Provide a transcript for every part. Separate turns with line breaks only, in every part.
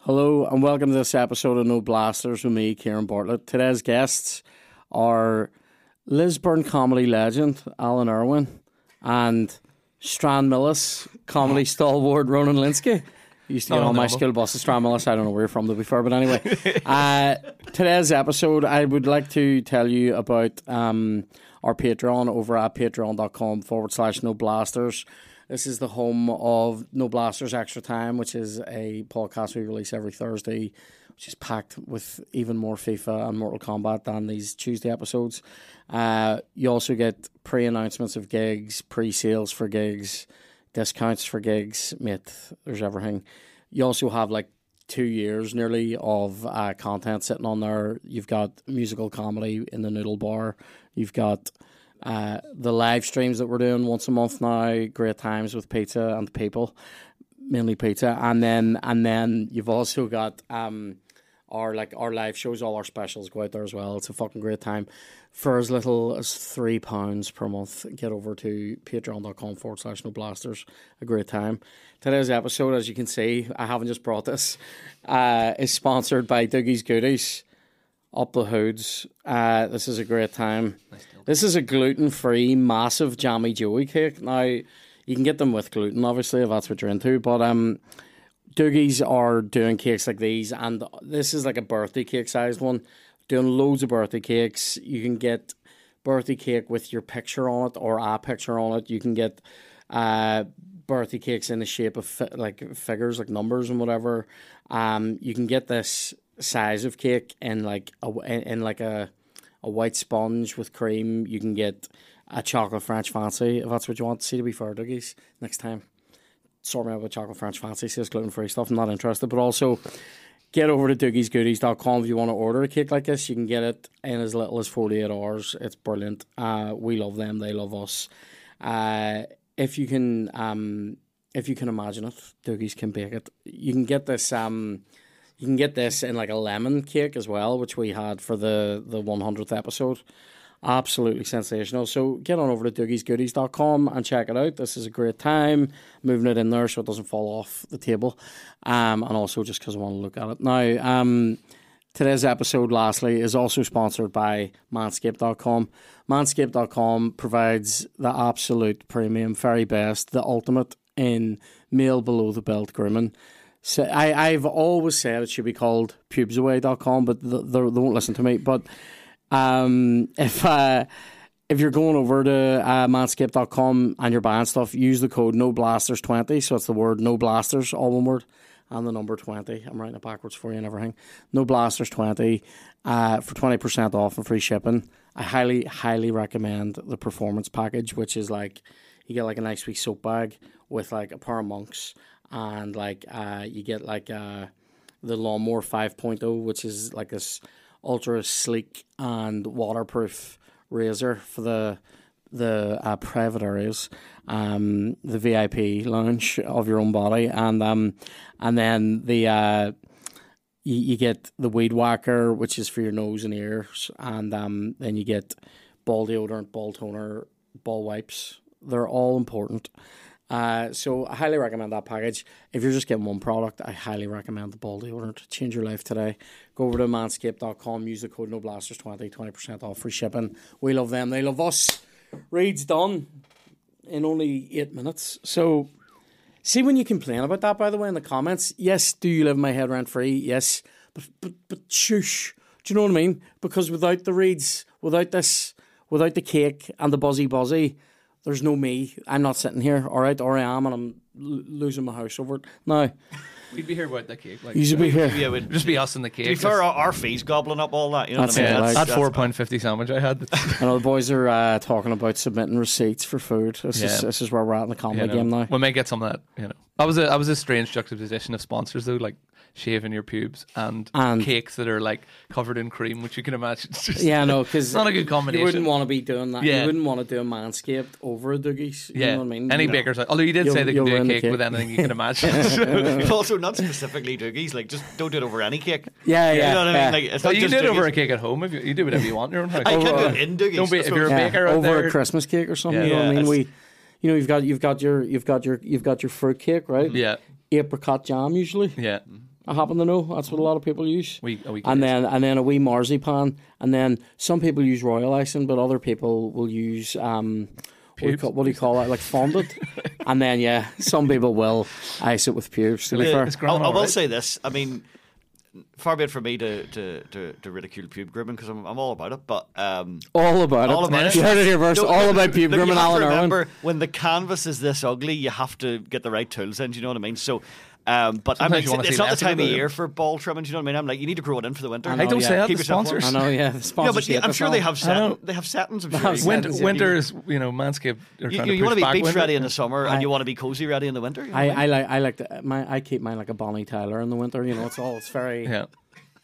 Hello and welcome to this episode of No Blasters with me, Kieran Bartlett. Today's guests are Lisburn comedy legend Alan Irwin and Strand Millis comedy stalwart Ronan Linsky. He used to get
no,
on my
no.
school bus to Strand Millis. I don't know where you're from to be fair, but anyway, uh, today's episode I would like to tell you about um, our Patreon over at patreon.com forward slash No Blasters. This is the home of No Blasters Extra Time, which is a podcast we release every Thursday, which is packed with even more FIFA and Mortal Kombat than these Tuesday episodes. Uh, you also get pre announcements of gigs, pre sales for gigs, discounts for gigs, mate. There's everything. You also have like two years nearly of uh, content sitting on there. You've got musical comedy in the Noodle Bar. You've got uh, the live streams that we're doing once a month now. Great times with pizza and the people, mainly pizza. And then and then you've also got um, our like our live shows, all our specials go out there as well. It's a fucking great time. For as little as three pounds per month, get over to patreon.com forward slash no blasters. A great time. Today's episode, as you can see, I haven't just brought this, uh, is sponsored by Doogie's Goodies. Up the hoods. Uh, this is a great time. This is a gluten free, massive jammy joey cake. Now, you can get them with gluten, obviously, if that's what you're into, but um, Doogies are doing cakes like these, and this is like a birthday cake sized one. Doing loads of birthday cakes. You can get birthday cake with your picture on it or a picture on it. You can get uh, birthday cakes in the shape of fi- like figures, like numbers and whatever. Um, you can get this size of cake in like a in, in like a a white sponge with cream. You can get a chocolate French fancy if that's what you want. See to be fair, Doogies. Next time sort me out with chocolate French fancy, says gluten free stuff. I'm not interested, but also get over to doogiesgoodies.com if you want to order a cake like this. You can get it in as little as 48 hours. It's brilliant. Uh, we love them, they love us. Uh, if you can, um, if you can imagine it, Doogies can bake it. You can get this. Um, you can get this in like a lemon cake as well, which we had for the the 100th episode. Absolutely sensational. So get on over to doogiesgoodies.com and check it out. This is a great time. Moving it in there so it doesn't fall off the table. Um, and also just because I want to look at it. Now, um, Today's episode, lastly, is also sponsored by Manscaped.com. Manscaped.com provides the absolute premium, very best, the ultimate in male below the belt grooming. So I, I've always said it should be called pubesaway.com, but th- they they won't listen to me. But um, if uh, if you're going over to uh, manscaped.com and you're buying stuff, use the code NOBLASTERS20. So it's the word NOBLASTERS, all one word, and the number 20. I'm writing it backwards for you and everything. NOBLASTERS20 uh, for 20% off and free shipping. I highly, highly recommend the performance package, which is like you get like a nice wee soap bag with like a pair of monks and like uh, you get like uh, the lawnmower 5.0 which is like this ultra sleek and waterproof razor for the the uh, private areas um, the vip lounge of your own body and um, and then the uh, you, you get the weed whacker, which is for your nose and ears, and um, then you get ball deodorant, ball toner, ball wipes. They're all important. Uh, so I highly recommend that package. If you're just getting one product, I highly recommend the ball deodorant. Change your life today. Go over to manscaped.com, use the code NOBLASTERS20, 20% off free shipping. We love them, they love us. Reed's done in only eight minutes. So See when you complain about that, by the way, in the comments. Yes, do you live in my head rent free? Yes, but but but shush. Do you know what I mean? Because without the reeds, without this, without the cake and the buzzy buzzy, there's no me. I'm not sitting here. All right, or I am, and I'm l- losing my house over it. Now,
We'd be here without the cake. Like,
you should be here.
Yeah, we'd
just be us and the cake.
be fair, our, our fees gobbling up all that. You know
That's
what I mean?
it, like-
that four pound fifty sandwich I had.
I know the boys are uh, talking about submitting receipts for food. This is
Yeah.
this is where we're at in the
you
comedy
know,
game now.
We may get some of that. You know, that was a that was a strange juxtaposition of sponsors though, like shaving your pubes and,
And-
cakes that are like covered in cream, which you can imagine. It's just,
Yeah, no, because
it's not a good combination.
You wouldn't want to be doing that. You
Yeah.
wouldn't want to do a manscaped over a Doogie's. You
yeah,
know what I mean?
any
No.
baker's. Although you did
You'll-
say they can
you'll
do a
ruin the
cake,
cake.
with anything you can imagine.
also, not specifically doogies. Like, just don't do it over any cake.
Yeah, yeah,
You know what
yeah.
I mean? Like, it's
so
not
Oh, you
just
did
doogies.
over a cake at home. If you, you do whatever you want in your own house.
I can
Over-
do it in doogies.
Don't be if
That's
you're a
what-
Yeah,
baker out
over
there.
a Christmas cake or something.
Yeah.
you know what I
Yeah,
mean?
it's-
We, you know, you've got you've got your you've got your you've got your fruit cake, right?
Yeah.
apricot jam usually.
Yeah.
I happen to know that's what a lot of people use.
We, we
and then and then a wee marzipan, and then some people use royal icing, but other people will use um, what, do you
Pubes?
call, what do you call it, like fondant. and then yeah, some people will ice it with pubes. To be fair,
it's
I,
grand,
I will
alright.
say this. I mean, far be it from me to to, to, to ridicule pube grooming because I'm, I'm all about it. But um,
all about
all
it.
about it.
You heard it here first.
No,
all
no,
about pube
no, you
grooming,
have
Alan
to
Irwin.
Remember, when the canvas is this ugly, you have to get the right tools in. Do you know what I mean? So, um, but
Sometimes
I'm like,
you wanna
it's
see
not the
less of
time
it,
of
though.
year for ball trimming. Do you know what I mean? I'm like, you need to grow it in for the winter.
I
Hey,
know,
don't
yeah.
say that.
Keep
The
yourself warm.
sponsors.
I know, yeah. The
No, but
sponsorship.
I'm
is
sure
on.
they have
I
set,
know.
they have settings. I'm
have
sure.
settings.
Winter,
Yeah,
winter is you know Manscaped. are
You,
trying
you,
to
want
push
to
back
be beach
winter.
ready in the summer,
I-
and you want to be cozy ready in the winter. you know
I,
what
I like I like the, my I keep mine like a Bonnie Tyler in the winter. You know, it's all it's very
Yeah,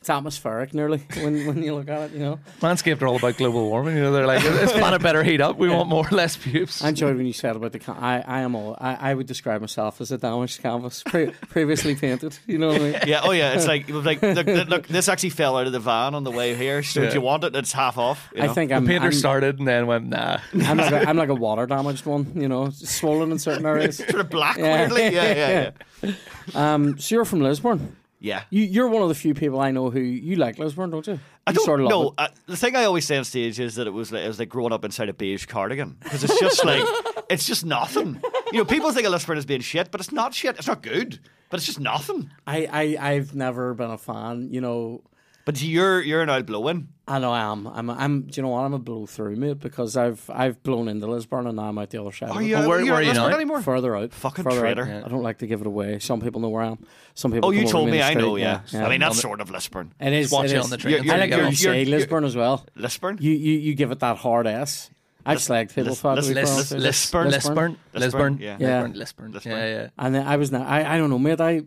it's atmospheric nearly when when you look at it. You know,
Manscaped are all about global warming. You know, they're like, this planet better heat up. We want more less pubes.
I enjoyed when you said about the. Can- I I am all I, I would describe myself as a damaged canvas pre- previously painted. You know what I mean?
Yeah, oh yeah, it's like, it was like look, look, look, this actually fell out of the van on the way here. So
Yeah.
do you want it? It's half off. you
I
know?
think
the
I'm
painter
I'm,
started and then went, nah.
I'm like a, I'm like a water damaged one. You know, swollen in certain areas.
sort of black weirdly. Yeah, yeah, yeah.
Um, so you're from Lisburn.
Yeah.
You you're one of the few people I know who you like Lisburn, don't you?
I
You
don't
sort of love
know.
it.
Uh, the thing I always say on stage is that it was like it was like growing up inside a beige cardigan because it's just like it's just nothing. You know, people think of Lisburn as being shit, but it's not shit. It's not good, but it's just nothing.
I, I I've never been a fan. You know,
But you're you're an old blowing.
I know I am. I'm. I'm. Do you know what? I'm a blow through mate because I've I've blown into Lisburn and now I'm out the other side. of
Are
it.
you?
Well, where-
you're
where are you
Lisburn
now?
anymore?
Further out.
Fucking
further out.
traitor.
I don't like to give it away. Some people know where I am. Some people.
Oh,
come
you
over
told
to
me.
in the
I
street.
know. Yeah.
yeah.
I mean, that's sort of Lisburn.
it is.
Watch
it
it
is.
on the train.
You're-
I
you're-
like how
you're-
you say Lisburn as well.
Lisburn.
You you you give it that hard S. I've slagged people
Lis-
for that. to be
Lis-
fair.
Lis-
Honestly.
Lisburn.
Lisburn, Lisburn,
Lisburn, yeah.
Yeah.
Lisburn, Lisburn,
Lisburn.
yeah, yeah.
And then I was now I, I don't know, mate. I,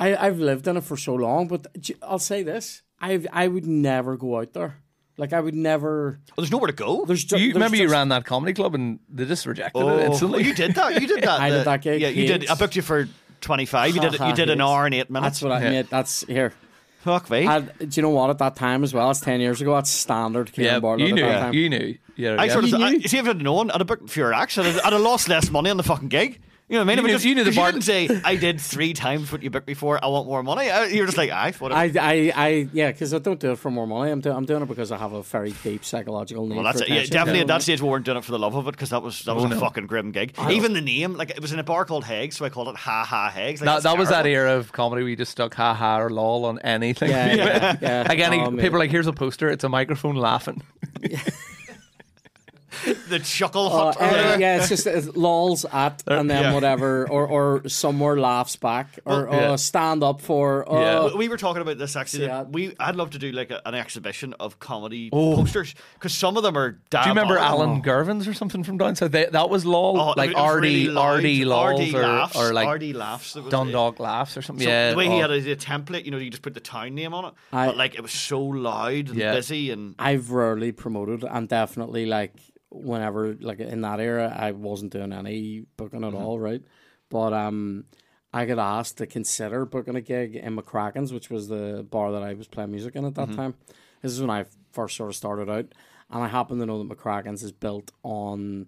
I I've lived in it for so long, but j- I'll say this: I I would never go out there. Like I would never.
Oh, there's nowhere to go.
There's ju-
You
there's
remember you
just-
ran that comedy club and they just rejected
Oh,
it instantly.
you did that. You did that.
I did
the-
that gig.
Yeah, you did. I
Hates.
booked you for twenty five. You did. it- You did an
Hates.
hour and eight minutes.
That's what I
Yeah.
mate. That's here.
Fuck me.
And do you know what? At that time as well, it's ten years ago. That's standard. Kieran
Yeah,
Bartlett
you
at
knew,
that time.
you knew. Yeah,
I
yeah.
sort of
You
I,
knew?
see if I'd known, I'd have booked fewer acts. I'd have, I'd have lost less money on the fucking gig. You know what I mean?
You knew-
It was just,
you knew the
'cause
bar-
didn't say I did three times what you booked me for. I want more money. I, you're just like I. Whatever.
I, I, I, yeah, because I don't do it for more money. I'm, do, I'm doing it because I have a very deep psychological need.
well, that's
for
it. Yeah,
attention.
definitely at that stage we weren't doing it for the love of it because that was
Oh,
that was a fucking grim gig. Even the name, like it was in a bar called Hags, so I called it Ha Ha Hags. Like,
that,
that's
that was that
terrible.
era of comedy where you just stuck ha ha or lol on anything.
Yeah, yeah, yeah.
like any
Oh, mate.
people, are like here's a poster, it's a microphone laughing.
the chuckle
Uh,
hut. or
anyway,
whatever.
yeah, it's just it's lols at and then
yeah.
whatever, or or somewhere laughs back, or
yeah.
uh, stand up for. Uh,
Yeah.
We- we were talking about this actually.
See,
that
I-
we I'd love to do like a, an exhibition of comedy posters because some of them
Oh.
are.
Do you remember
diabolical.
Alan Gervins or something from down south? They, that was lol,
Oh,
like
it was
RD,
really loud.
RD lols
RD
or,
laughs,
or like
RD laughs. That was it.
Dundalk laughs or something.
So
yeah,
the way he
oh.
had a, the template, you know, you just put the town name on it.
I-
but like it was so loud and
Yeah.
busy, and
I've rarely promoted. I'm definitely like whenever like in that era, I wasn't doing any booking at all, right? But um, I got asked to consider booking a gig in McCracken's, which was the bar that I was playing music in at that time. This is when I first sort of started out, and I happen to know that McCracken's is built on.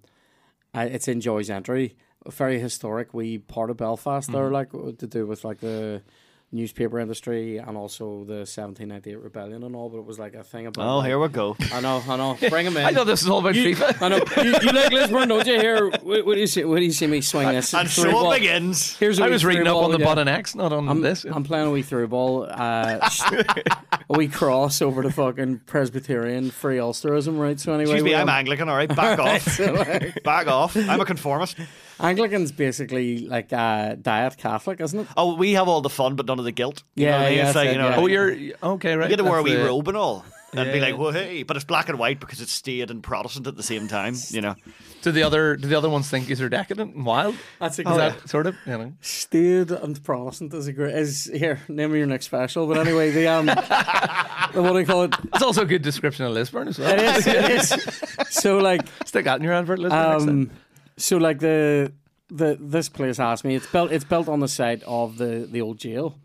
Uh, it's in Joy's Entry, a very historic wee part of Belfast there, like w- to do with like the newspaper industry and also the 1798 rebellion and all. But it was like a thing about. like-
we go.
I know, I know. Bring him in.
Oh. I thought this was all about
you,
FIFA.
I know. You, you like Lisburn, don't you? Here, what, what do you see? What do you see me swing this?
And
Three
so
ball-
it begins.
Here's a
I
wee
was reading
three
up on
ball,
the
yeah.
button X, not on this.
I'm playing a wee through ball. Uh, a wee cross over the fucking Presbyterian free Ulsterism, right? So anyway,
Excuse me,
we-
I'm Anglican. All right, back off,
so, uh,
back off. I'm a conformist.
Anglican's basically like uh, diet Catholic, isn't it?
Oh, we have all the fun, but none of the guilt. You
Yeah,
know what I mean?
yeah,
It's like
that's
you
it,
know,
yeah.
oh, you're okay, right?
you get to wear a
that's
wee
the-
robe and all, and be
Yeah.
like, "Whoa, hey!" But it's black and white because it's stayed and Protestant at the same time. You know,
Do the other do the other ones think you're decadent and wild?
That's
Is
exactly.
that sort of you know?
Stayed and Protestant is a great is here. Name of your next special, but anyway, the um, the, what do you call it?
It's also a good description of Lisburn as well.
It is, it is. So like,
Stick that in your advert, Lisburn. next time.
um, so like the the this place asked me. It's built it's built on the site of the the old jail.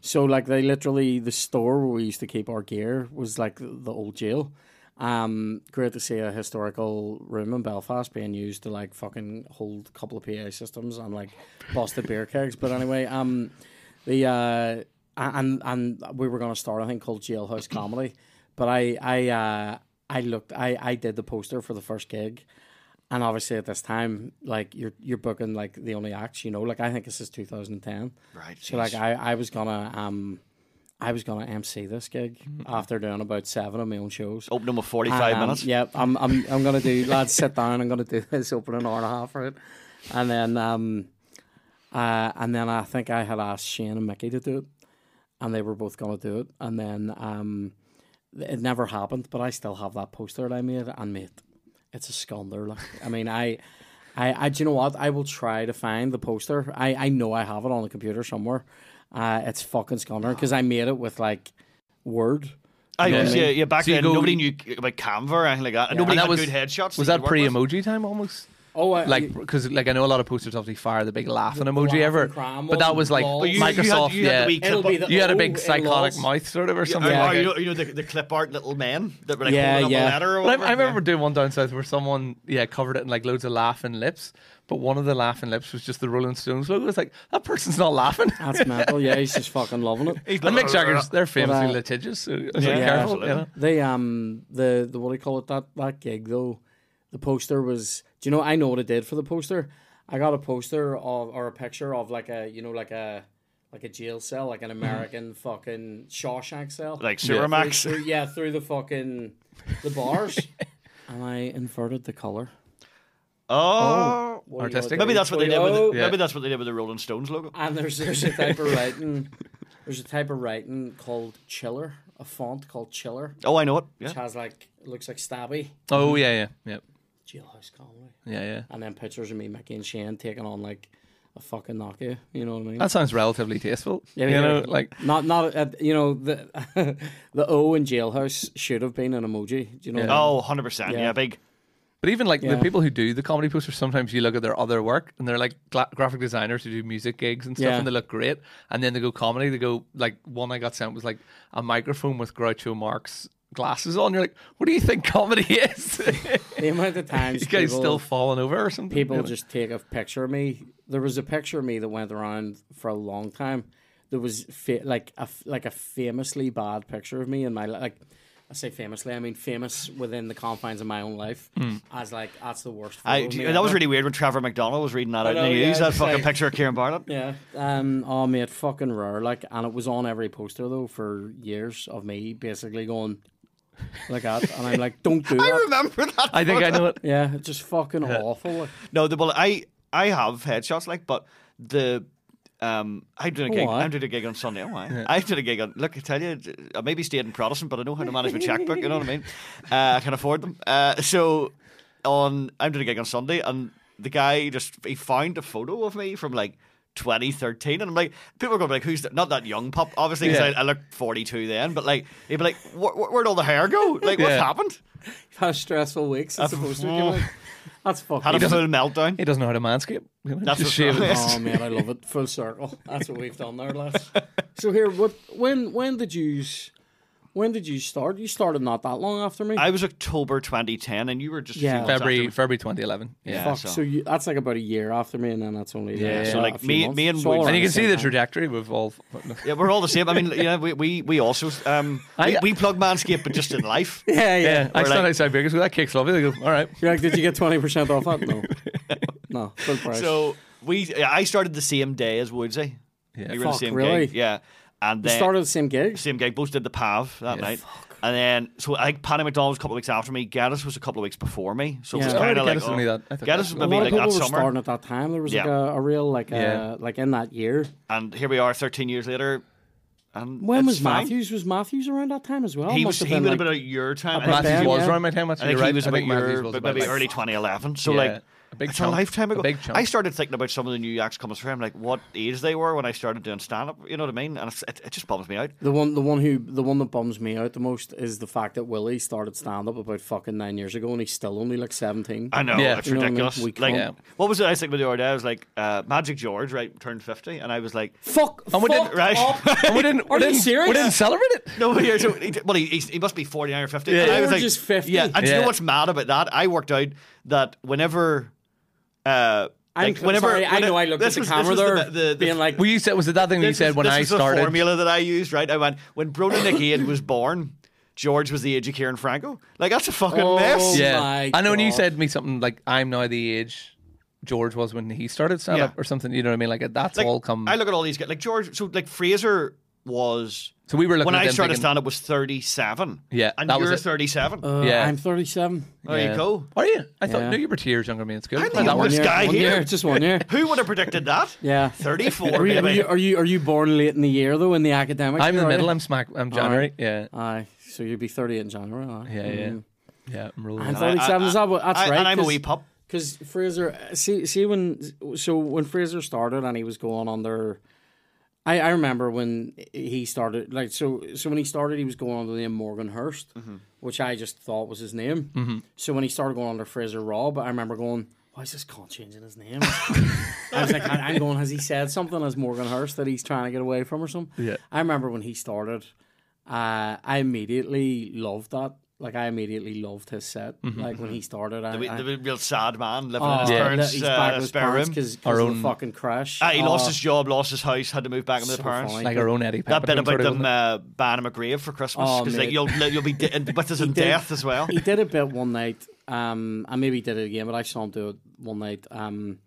So like they literally the store where we used to keep our gear was like the, the old jail, Um, great to see a historical room in Belfast being used to like fucking hold a couple of PA systems and like busted beer kegs. But anyway, um, the uh, and and we were gonna start a thing called Jailhouse Comedy, but I I uh, I looked I I did the poster for the first gig. And obviously, at this time, like you're you're booking like the only acts, you know. Like I think this is 2010,
Right,
So like I, I was gonna um, I was gonna MC this gig after doing about seven of my own shows.
Open them with 45
Um,
minutes.
Yep, I'm I'm I'm gonna do lads sit down. I'm gonna do this open an hour and a half right, and then um, uh, and then I think I had asked Shane and Mickey to do it, and they were both gonna do it, and then um, it never happened. But I still have that poster that I made, and mate, it's a scunder. Like I mean, I. I, I, do you know what? I will try to find the poster. I, I know I have it on the computer somewhere. Uh, it's fucking scunder because I made it with like Word.
I
Yeah.
was, yeah, yeah, back
So you
then,
go-
nobody knew about Canva or anything like that. And nobody
And that
had
was-
good headshots.
Was
you
that
could work
pre
with.
emoji time almost?
Oh, I,
Like, because like I know a lot of posters obviously fire the big laughing emoji
laugh
ever,
and cram
but that
one,
was like
lol.
But you- you had-
Microsoft.
you had the
yeah,
wee
It'll
clip
be
up-
the-
you had a
Oh,
big
it
psychotic
lost.
mouth sort of or
Yeah,
something.
Yeah.
oh,
like
you
that.
know, you know the, the clip art little men that were like
Yeah,
holding up
yeah.
a letter or
But
whatever.
I, I remember
yeah.
doing one down south where someone, yeah, covered it in like loads of laughing lips, but one of the laughing lips was just the Rolling Stones logo. It's like that person's not laughing.
That's mental. Yeah, he's just fucking loving it.
He's
And Mick
like,
Jagger's they're famously
uh,
litigious, so yeah,
yeah,
careful.
absolutely.
You know?
They um the the what do you call it that that gig though, the poster was. Do you know? I know what I did for the poster. I got a poster of or a picture of like a you know like a like a jail cell like an American fucking Shawshank cell.
Like
Through-
Supermax.
through- yeah, through the fucking the bars, and I inverted the color.
Oh,
What do you
Artistic.
know,
maybe that's what they did with.
3.0.
The, Maybe that's what they did with the Rolling Stones logo.
And there's there's a type of writing there's a type of writing called chiller, a font called chiller,
Oh, I know it. Yeah.
which has like it looks like stabby
Oh yeah, yeah, yeah,
jailhouse comedy,
yeah, yeah.
and then pictures of me, Mickey and Shane taking on like a fucking Nokia. You know what I mean?
That sounds relatively tasteful.
Yeah,
you
yeah.
know, like
not not uh, you know the the O in jailhouse should have been an emoji. Do you know? what I mean?
Oh, 100 percent.
Yeah.
Yeah, big.
But even like
Yeah.
the people who do the comedy posters, sometimes you look at their other work and they're like gla- graphic designers who do music gigs and stuff,
Yeah.
and they look great. And then they go comedy. They go like one I got sent was like a microphone with Groucho Marx glasses on. You're like, what do you think comedy is?
the amount of times
you guys
people-
still falling over or something?
people
you know?
just take a picture of me. There was a picture of me that went around for a long time. There was fa- like a f- like a famously bad picture of me in my li- like. I say famously, I mean famous within the confines of my own life. As like that's the worst. photo
Hmm. I,
of me
that was
ever.
really weird when Trevor McDonald was reading that out
Oh, know,
in the
yeah,
news. that
it's
fucking
like-
picture of Kieran Barnett.
Yeah. Um. Oh, mate, fucking rare. Like, and it was on every poster though for years of me basically going like that, and I'm like, don't do
I
that.
remember that.
I think I know it.
Yeah, it's just fucking awful. Like,
No, the well, I I have headshots like, but the um, I did a gig.
Why?
I did a gig on Sunday. Oh, I, I did a gig on. Look, I tell you, I maybe stayed in Protestant, but I know how to manage my checkbook. You know what I mean? Uh, I can afford them. Uh, so on, I did a gig on Sunday, and the guy just he found a photo of me from like. 2013, and I'm like, people are gonna be like, who's that? not that young pup? Obviously, 'cause
Yeah.
I, I look 42 then, but like, he'd be like, where, where'd all the hair go? Like, what's
Yeah.
happened?
how stressful weeks since the poster came out. That's fucking.
Had a full meltdown.
He doesn't know how to manscape. You know?
That's
just shave
what's wrong.
it.
Oh man, I love it. Full circle. That's what we've done there, lads. So here, what? When? When did you? s- When did you start? You started not that long after me.
I was October 2010, and you were just a few
Yeah.
months after
February
me.
February 2011. Yeah.
Fuck. So,
so-
you, that's like about a year after me, and then that's only
Yeah,
so a
so
like
few
me-
months.
me and
So all
Wood-
around
And you can
the
see
same
the
time.
trajectory we've all.
Yeah, we're all the same. I mean, yeah, we we, we also um, we,
I-
we plug Manscaped, but just in life.
Yeah, yeah.
Yeah, I
We're
stand
like-
outside Baker's. Go, that kicks lovely. They go, all right.
You're like, did you get twenty percent off that? No, no, full price.
So we I started the same day as Woodsy. Yeah, we were in
Fuck,
the same
really?
gig. Yeah, and
you
then
started the same gigs.
same gig. Both did the Pav that night. And then, so I think Paddy McDonald was a couple of weeks after me. Gaddis was a couple of weeks before me. So it
Yeah.
was
Oh,
kind
Gaddis
of like.
was only that- I thought
Gaddis
Gaddis
was
was-
A
maybe
lot
like
of people
that
were
summer.
starting at that time. There was like
Yeah.
a, a real like
Yeah.
a like in that year.
And here we are 13 years later. And
When
it's
was
fine.
Matthews? Was Matthews around that time as well?
He, was,
Must
he
have
would
been,
have
like-
been a year time.
About
I think
then,
Matthews was
yeah.
around my time. That's
I think
you're right.
he was
I
about
think Matthews
your,
was
but
about
maybe
like-
early 2011. So
yeah,
like,
big
It's a
chunk.
lifetime ago.
big chunk.
I started thinking about some of the new acts coming through. I'm like, what age they were when I started doing stand up. You know what I mean? And it's, it, it just bums me out.
The one, the one who, the one that bums me out the most is the fact that Willie started stand up about fucking nine years ago, and he's still only like seventeen.
I know
Yeah.
it's
You know what I mean?
ridiculous.
We
Like,
can't-
Yeah.
what was it I was thinking the other day? I was like, uh, Magic George, right, turned fifty, and I was like,
Fuck,
And we
fuck
didn't-
right.
up.
and we didn't.
Are
we
you
didn't,
serious?
We didn't celebrate it.
No, but here, so he, well, he, he's- he must be 49 or 50. and I
Or
was like,
just 50.
Yeah, and do you know
Yeah.
what's mad about that? I worked out that whenever. Uh,
I'm
like, whenever,
sorry, I
when-
know I looked at
this
the
was- this
camera
was
there,
the- the- the-
being like,
Well, you said was it that thing that you
this
said
was-
when
this
I
was
started?
The formula that I used, right? I went, when Broden McGeehan was born, George was the age of Kieran Franco. Like, that's a fucking
Oh,
mess.
Yeah,
my
I know.
uh,
And you
God.
said to me something like, "I'm now the age George was when he started stand up
Yeah.
or something." You know what I mean? Like that's
Like,
all come.
I look at all these guys. Like, George, so, like, Fraser was.
so we were looking
When
at
I
them
started
thinking,
stand up was 37.
Yeah,
And
that was
you're
it.
37.
Uh,
Yeah.
I'm 37.
there you
Yeah.
go.
Are you? I thought
Yeah.
no, you were two years younger than me. It's good.
I
Like,
think
that
it was-
one.
This guy
one
here.
year, just one year.
Who would have predicted that?
Yeah.
34,
Are you, are
maybe.
you are you are you born late in the year though in the academic?
I'm
year,
the
are
middle.
you?
I'm smack. I'm January. Yeah,
Aye, so you'd be 38 in January. aye.
yeah, yeah,
Mm.
yeah. I'm
I'm
rolling.
37. is that what, that's
I-
right.
And I'm a
'cause-
wee pup.
Because Fraser, uh, see, see when so when Fraser started and he was going under, I I remember when he started like so so when he started he was going under the name Morgan Hurst, which I just thought was his name. Mm-hmm. So when he started going under Fraser Robb, I remember going, why is this cunt changing his name? I was like, I- I'm going, has he said something as Morgan Hurst that he's trying to get away from or something?
Yeah.
I remember when he started, uh, I immediately loved that. Like I immediately loved his set. Like when he started, I,
The, wee-
I-
the wee real sad man living in
Oh,
his
yeah.
parents'
he's
uh,
back with his
spare
parents
room.
because
Our
of the
own-
fucking crash.
Ah, he
Oh,
lost his job, lost his house, had to move back in with
so
the parents.
funny.
Like our own Eddie Pepper.
That bit
thing,
about
sort of,
them
wasn't
uh, banning him a grave for Christmas
Oh,
because like
mate.
you'll you'll be di- with us in
did.
death as well.
He did a bit one night, um, and maybe he did it again, but I saw him do it one night um,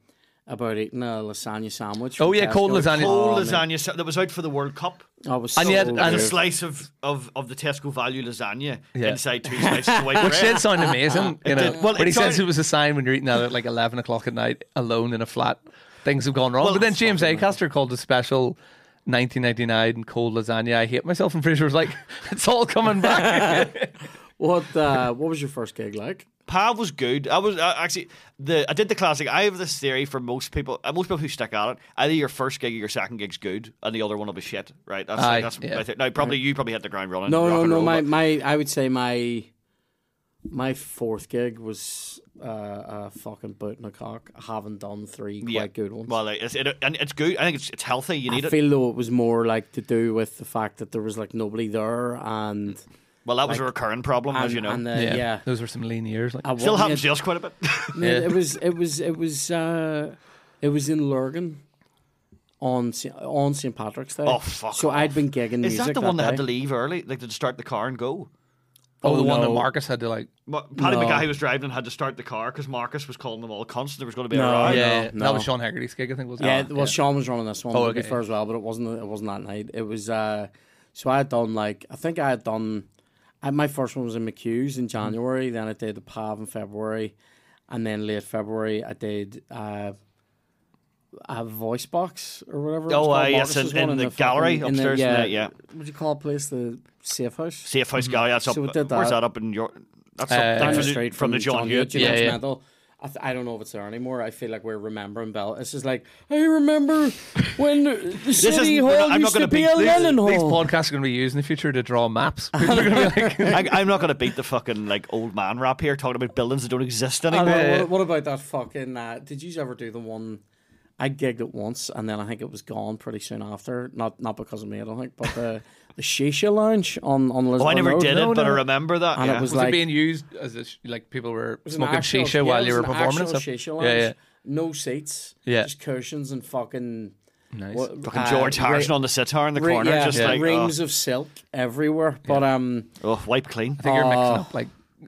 about eating a lasagna sandwich. from
Oh, yeah, cold
Tesco.
lasagna.
Whole
Oh, mate.
lasagna sa- that was out for the World Cup.
I was
And
so
yet-
good.
and
And a
Yeah.
slice of, of, of the Tesco value lasagna
Yeah.
inside two slices of white
it?
bread.
Which did sound amazing, you know.
did. Well,
but
it
he says
sounded-
it was a sign when you're eating out at like eleven o'clock at night, alone in a flat. Things have gone wrong.
Well,
but then
it's
James Acaster called the special 1999 cold lasagna. I hate myself, and Fraser was like, "It's all coming back."
What uh, What was your first gig like?
Pav was good. I was uh, actually the I did the classic. I have this theory for most people. Uh, most people who stick at it, either your first gig or your second gig's good, and the other one will be shit. Right? That's,
Aye,
that's
yeah.
my thi- Now, probably you probably hit the ground running.
No,
rock
no,
and
no.
roll,
My,
but-
my I would say my my fourth gig was uh, a fucking boot and a cock. I haven't done three quite
yeah,
good ones.
Well, like, it's, it, and it's good. I think it's it's healthy. You need
I
it.
feel though it was more like to do with the fact that there was like nobody there and
Well, that was a recurring problem,
and,
as you know.
and, uh,
yeah.
yeah. Uh,
those were some lean years. Like,
I
Still
wasn't
happens
yet-
to us quite a bit.
mate,
Yeah.
It was it was it was uh, it was in Lurgan on Sa- on St Patrick's Day.
Oh, fuck
So I'd been gigging
Is
music.
that the one that had
day.
to leave early? Like, did start the car and go?
oh, the one that
no.
Marcus had to like.
Ma- Paddy
No.
McGahey was driving and had to start the car because Marcus was calling them all cunts. and There was going to be
No.
a riot.
Yeah. no.
that was Sean Haggerty's gig, I think. Was it?
Yeah, well, Sean was running this one
Oh,
to be
okay.
fair as well, but it wasn't. It wasn't that night. It was. Uh, so I had done like I think I had done. I, my first one was in McHugh's
Mm-hmm.
in January. Then I did the Pav in February, and then late February I did uh, a voice box or whatever. it was
Oh,
called,
uh, yes,
Marcus's
in- in
one,
the
fucking-
gallery
in the-
upstairs in there, yeah.
What do you call a place? The safe house.
Safe House Gallery. That's up.
Mm-hmm. So we did
Where's
that.
that up in your? That's
Uh,
up
down
from,
the street
from the John, Hewitt.
You know,
Yeah,
it's
yeah.
mental. I, th- I don't know if it's there anymore. I feel like we're remembering Bell. It's just like I remember when the city
isn't- we're
hall
not- I'm not
used to
gonna
be
be-
a
these-
Lennon
These
hall.
podcasts are going to be used in the future to draw maps. People are going to be like,
I, I'm not going to beat the fucking like old man rap here, talking about buildings that don't exist
I
anymore.
know, what, what about that fucking? Uh, did you ever do the one? I gigged it once, and then I think it was gone pretty soon after. Not not because of me, I don't think, but the, the shisha lounge on on Lisbon
Oh, I never
Road.
did it,
No,
but
no,
I
no.
remember that.
And it
yeah.
was
was
like-
it being used as a, sh- like people were
It was an
smoking
actual-
shisha
yeah,
while
it
you
was
were
an
performing and
actual
stuff?
Shisha
yeah,
lounge,
yeah,
no seats,
Yeah.
just cushions and fucking
nice.
what-
fucking
uh,
George Harrison
ra-
on the sitar in the
ra-
corner,
yeah,
just like oh,
rings of silk everywhere. But um,
oh, wipe clean.
I think you're mixing
Oh.
up like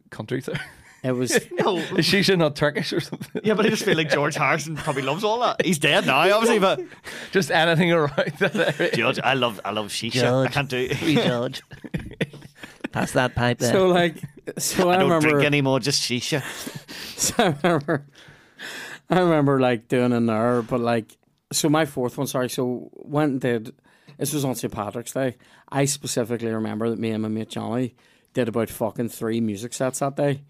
countries there.
it was
No.
Is shisha not Turkish or something?
Yeah, but I just feel like George Harrison probably loves all that. He's dead now, obviously. But
Just anything around that area.
George, I love, I love shisha. I
George.
can't do.
Free George. Pass that pipe there.
so like so. I,
I don't
remember
drink anymore, just shisha.
So I remember, I remember like doing an hour, but like, so my fourth one, sorry, so went and did, this was on St. Patrick's Day. I specifically remember that me and my mate Johnny did about fucking three music sets that day,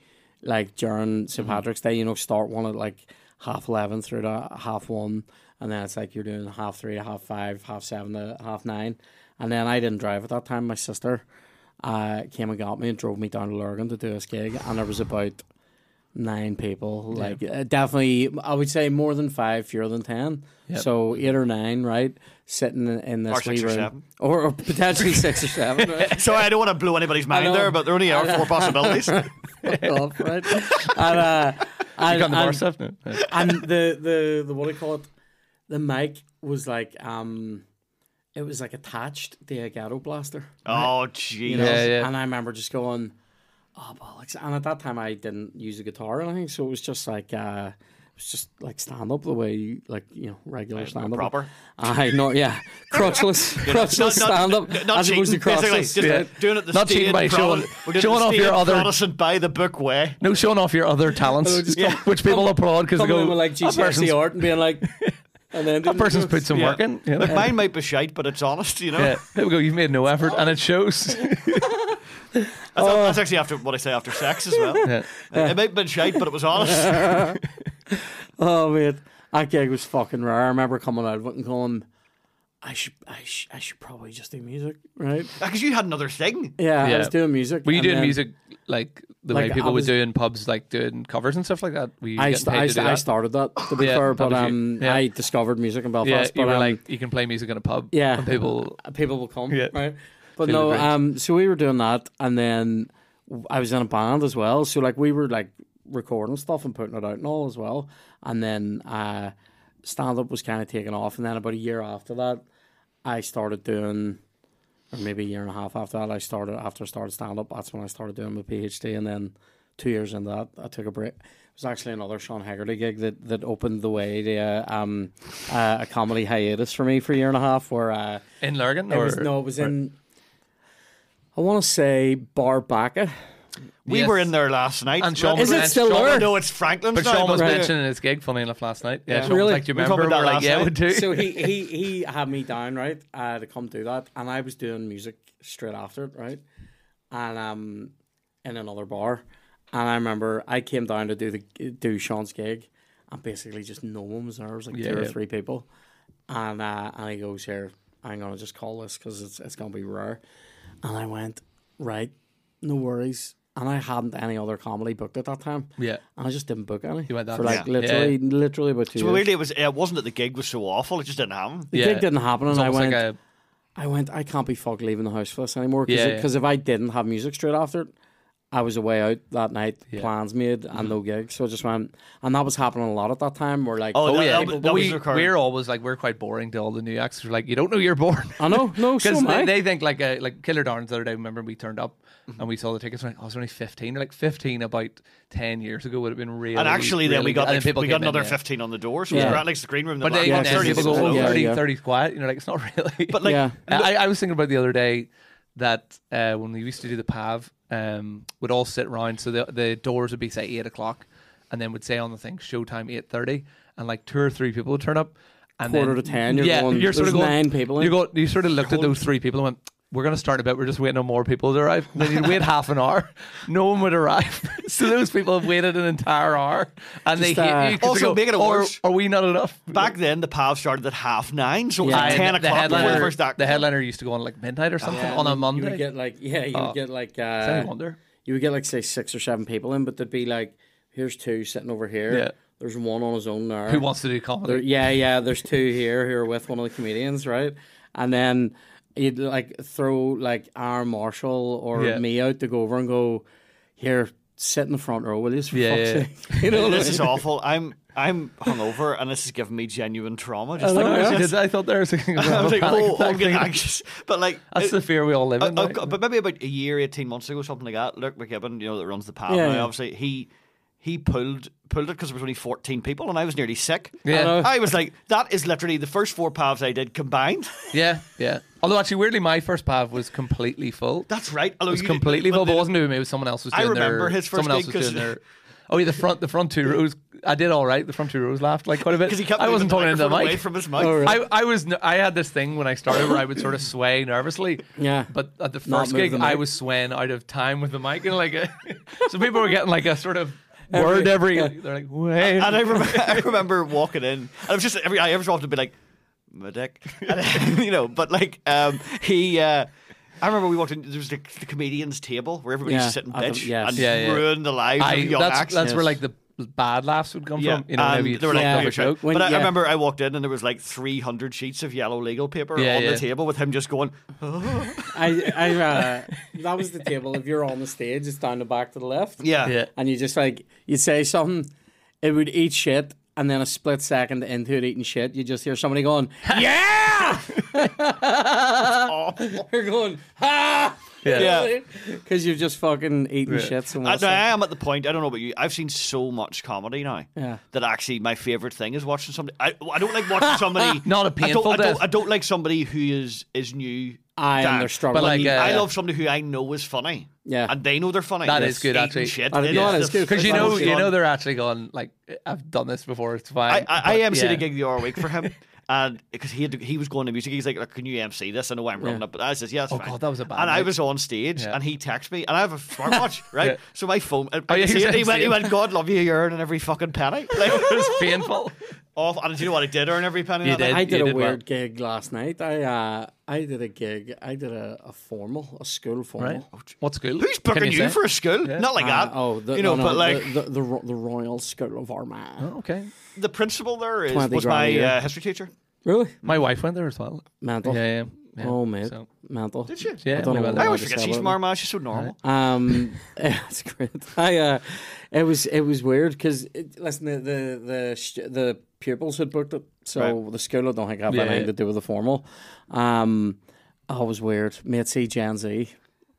like during saint Patrick's Day, you know, start one at like half eleven through to half one, and then it's like you're doing half three to half five, half seven to half nine, and then I didn't drive at that time. My sister uh, came and got me and drove me down to Lurgan to do this gig, and there was about nine people. Like uh, definitely, I would say more than five, fewer than ten. So eight or nine, right? Sitting in, in this
Or six
wee
or
room,
seven.
Or, or potentially six or seven. Right?
Sorry, I don't want to blow anybody's
know.
mind there, but there only are four possibilities.
Fuck off, right? And, uh, and,
Got the bar
and-
stuff now. Yeah.
and the the the what do you call it? The mic was like um, it was like attached to a ghetto blaster.
oh,
You
jeez.
know?
Yeah, yeah.
And I remember just going, oh bollocks! And at that time, I didn't use a guitar or anything, so it was just like uh, it was just like stand up the way you like you know
Uh,
regular stand up
Proper.
I know, yeah, crotchless, crotchless stand up
Not
as opposed to
cheating, basically.
crotchless.
Just doing it the
Not cheating
staid
by showing-
Protestant- we're doing it
showing
the
off your
staid
other-
Protestant by the book way.
No showing off your other talents,
No, just come-
which people applaud because they
Coming
go,
in with like
that person's,
GCSE art and being like, and then
that person's put some
Yeah.
work in. you know?
Look, mine might be shite, but it's honest, you know.
Yeah, there we go. You've made no effort, and it shows.
That's, that's actually after what I say after sex as well.
Oh. Yeah.
It might have been shite, but it was honest.
Oh man, that gig was fucking rare. I remember coming out of it and going, I should, I should, I should probably just do music, right?
Because you had another thing.
Yeah, I
Yeah.
was doing music.
Were you
and
doing
then
music like the
Like,
way
I
people
was-
would do in pubs, like doing covers and stuff like that? Were you
I,
getting
st-
paid
I,
to do
st- I
that?
started that to be
Yeah,
fair,
that
but
was you.
um,
Yeah.
I discovered music in
yeah,
Belfast.
you
but
were
um,
like, you can play music in a pub.
Yeah.
and people.
people will come,
Yeah.
right? But
Feel
no,
the grapes.
um, so we were doing that, and then w- I was in a band as well. So like we were like recording stuff and putting it out and all as well. And then uh, stand up was kind of taking off, and then about a year after that, I started doing, or maybe a year and a half after that, I started after I started stand up. That's when I started doing my PhD, and then two years into that, I took a break. It was actually another Sean Haggerty gig that, that opened the way to uh, um, uh, a comedy hiatus for me for a year and a half, where. Uh,
In Lurgan,
it
or
was no, it was in. I want to say Barbaca.
We
Yes.
were in there last night.
And Sean
Is
was
it
men-
still
Sean-
there?
No, it's Franklin's
But
now,
Sean was
but-
mentioning his gig, funny enough, last night. Yeah,
Yeah.
Sean
Really?
was like, "Do you
We talked
remember?"
about
We're
that
like,
last
"Yeah,
night.
we do."
So he, he he had me down right uh, to come do that, and I was doing music straight after it, right, and um, in another bar, and I remember I came down to do the do Sean's gig, and basically just no one was there. It was like
Yeah,
two or
yeah.
three people, and uh, and he goes here, I'm gonna just call this because it's it's gonna be rare, and I went right, no worries, and I hadn't any other comedy booked at that time.
yeah,
And I just didn't book any.
You went that
for like
way.
literally, literally about two.
So
years.
weirdly, it was it wasn't that the gig was so awful; it just didn't happen.
the
yeah.
gig didn't happen,
It's
and I
almost
went.
like a
I went. I can't be fucked leaving the house for this anymore. Because
Yeah, yeah.
if I didn't have music straight after, it, I was away out that night.
Yeah. Mm-hmm.
Plans made and no gig, so I just went. And that was happening a lot at that time. We're like,
Oh,
Oh
that-
yeah,
that was-
but
that was
we,
the current-
we're always like we're quite boring to all the new acts. We're like, you don't know you're born
Oh,
I know, no, so
because
am I.
they, they think like uh, like Killer Darns the other day. Remember we turned up and we saw the tickets. We're like, oh, it's only fifteen. Like fifteen about ten years ago would have been really.
And actually, then we
really
got
good. And
like,
people
we got
came in,
another
yeah.
fifteen on the door. So
Yeah.
we're at like the green room.
But
the
then,
Yeah,
yeah,
last
it's just-
then
one,
people
30
it's
go, oh,
low. Yeah,
30,
yeah.
30 is quiet. You know, like it's not really.
But like,
Yeah.
I, I was thinking about the other day that uh, when we used to do the PAV, um, we'd all sit around. So the, the doors would be say eight o'clock, and then would say on the thing showtime eight thirty, and like two or three people would turn up. And
Quarter
then-
to 10, you're
yeah,
going,
you're sort of
"There's
going,
nine people in."
You go, you sort of looked at those three people and went, "We're going to start a bit. We're just waiting on more people to arrive." And then you'd wait half an hour, no one would arrive. so those people have waited an entire hour, and
Just,
they hate
uh,
you. 'cause they
Also,
go,
make it
"Or-
worse.
Are we not enough?
back then the pav started at half nine, so it was
Yeah.
I-
at ten
the
o'clock. before
headliner,
The first act.
the headliner used to go on like midnight or something
Yeah,
on a
you-
Monday.
You would get like, yeah, you would get like,
Does Oh. anyone
uh,
wonder?
you would get like say six or seven people in, but there'd be like, here's two sitting over here.
Yeah.
There's one on his own there.
Who wants to do
There-
comedy?
yeah, yeah. There's two here who are with one of the comedians, right? And then you'd like throw like our Marshall or
Yeah.
me out to go over and go, here, sit in the front row, will you? For
Yeah,
fuck's
yeah.
sake?" You know,
Oh, this
like-
is awful. I'm I'm hungover, and this is giving me genuine trauma. Just
I,
thinking
know,
about
I
this.
did- I thought there was a
I was like, oh, I'm Oh, getting
That's
anxious. But like, it-
the fear we all live in.
I-
right?
I've got- but maybe about a year, eighteen months ago, something like that. Luke McKibben, you know, that runs the pub.
Yeah,
now,
yeah.
Obviously, he he pulled pulled it because there was only fourteen people, and I was nearly sick.
Yeah.
know.
I was like, that is literally the first four pubs I did combined.
yeah, yeah. Although actually, weirdly, my first pav was completely full. It
That's right. Although
was
you-
completely
when
full, but
they-
it wasn't doing me. It was someone else was
I
doing their.
remember his first
someone else
gig
was
'cause-
doing their. Oh yeah, the front the front two rows. I did all right. The front two rows laughed like quite a bit.
'cause he kept
I wasn't
moving
talking into the
microphone
mic.
away from his mouth.
Oh, really?
I, I was n- I had this thing when I started where I would sort of sway nervously.
Yeah.
But at the
Not
first
move
gig,
the
I
mic.
was swaying out of time with the mic and like, a, so people were getting like a sort of word every. They're like, wave.
And I, rem- I remember walking in. And I was just every I ever so often be like, my dick, And, you know. But like, um, he. Uh, I remember we walked in. There was the, the comedians' table where everybody's
Yeah,
sitting
at the-
bitch
yes.
and
Yeah, yeah.
ruined the lives
I,
of young
that's
acts.
that's where like the bad laughs would come from. You know,
and
maybe
they were like,
Yeah.
"Oh, you're
joke.
joke. But I, I
yeah.
remember I walked in and there was like 300 sheets of yellow legal paper
Yeah,
on
yeah.
the table with him just going,
I, I uh, that was the table. If you're on the stage, it's down the back to the left.
yeah,
Yeah.
and you just like you say something, it would eat shit, and then a split second into it eating shit, you just hear somebody going, "Yeah!" You're going, "Ah!" "Ha!"
Yeah.
because you've just fucking eaten
Yeah.
shit so
I,
much.
I am at the point. I don't know about you. I've seen so much comedy now
Yeah.
that actually my favorite thing is watching somebody. I, I don't like watching somebody.
Not a painful
I don't, I
death.
don't, I don't like somebody who is is new.
I
down.
am their struggle.
But, like,
Like,
uh,
I
yeah.
love somebody who I know is funny.
Yeah.
and they know they're funny.
That
That
is
is
good, actually.
Shit.
I
It
know
is
it is
the
good, 'cause
Because you
That
know,
was
you
fun.
know, they're actually gone. Like, I've done this before. It's fine.
I, I, I
But,
emceed
yeah.
a gig the other week for him, and because he had to, he was going to music, he's like, "Look, "Can you MC this?" I know I'm running up, but I says, "Yeah." That's
Oh,
fine."
God, that was a bad
And I
night.
was on stage,
Yeah.
and he texted me, and I have a smartwatch, right?
Yeah.
So my phone, I,
Oh,
I
yeah,
see
he
it,
was
he went, he
emceeing.
went, "God love you, you're earning every fucking penny." Like, it was
painful.
off. And do you know what I did earn every penny?
You
that night?
did.
I did
you
a
did well.
weird gig last night. I uh, I did a gig. I did a, a formal, a school formal.
Right? What's good?
Who's booking you, for a school? Not like
Uh,
that.
oh, the,
you know,
no, no,
but like
the, the, the, Ro- the Royal School of Armagh.
Okay.
the principal there is
20
was
grand a
my
year.
uh, history teacher.
Really?
My wife went there as well.
Mental.
Yeah, yeah. yeah.
Oh man,
So,
mental.
Did she?
yeah,
I don't
we
know
went
what
I
there.
that
always forget she's
Celebrity.
from Armagh. She's so normal.
Um, it's great. I uh, it was it was weird because listen, the the the, stu- the pupils had booked it, so the school I don't think have
Yeah,
anything
yeah.
to do with the formal. Um, oh, it was weird. Mate, see Gen Z.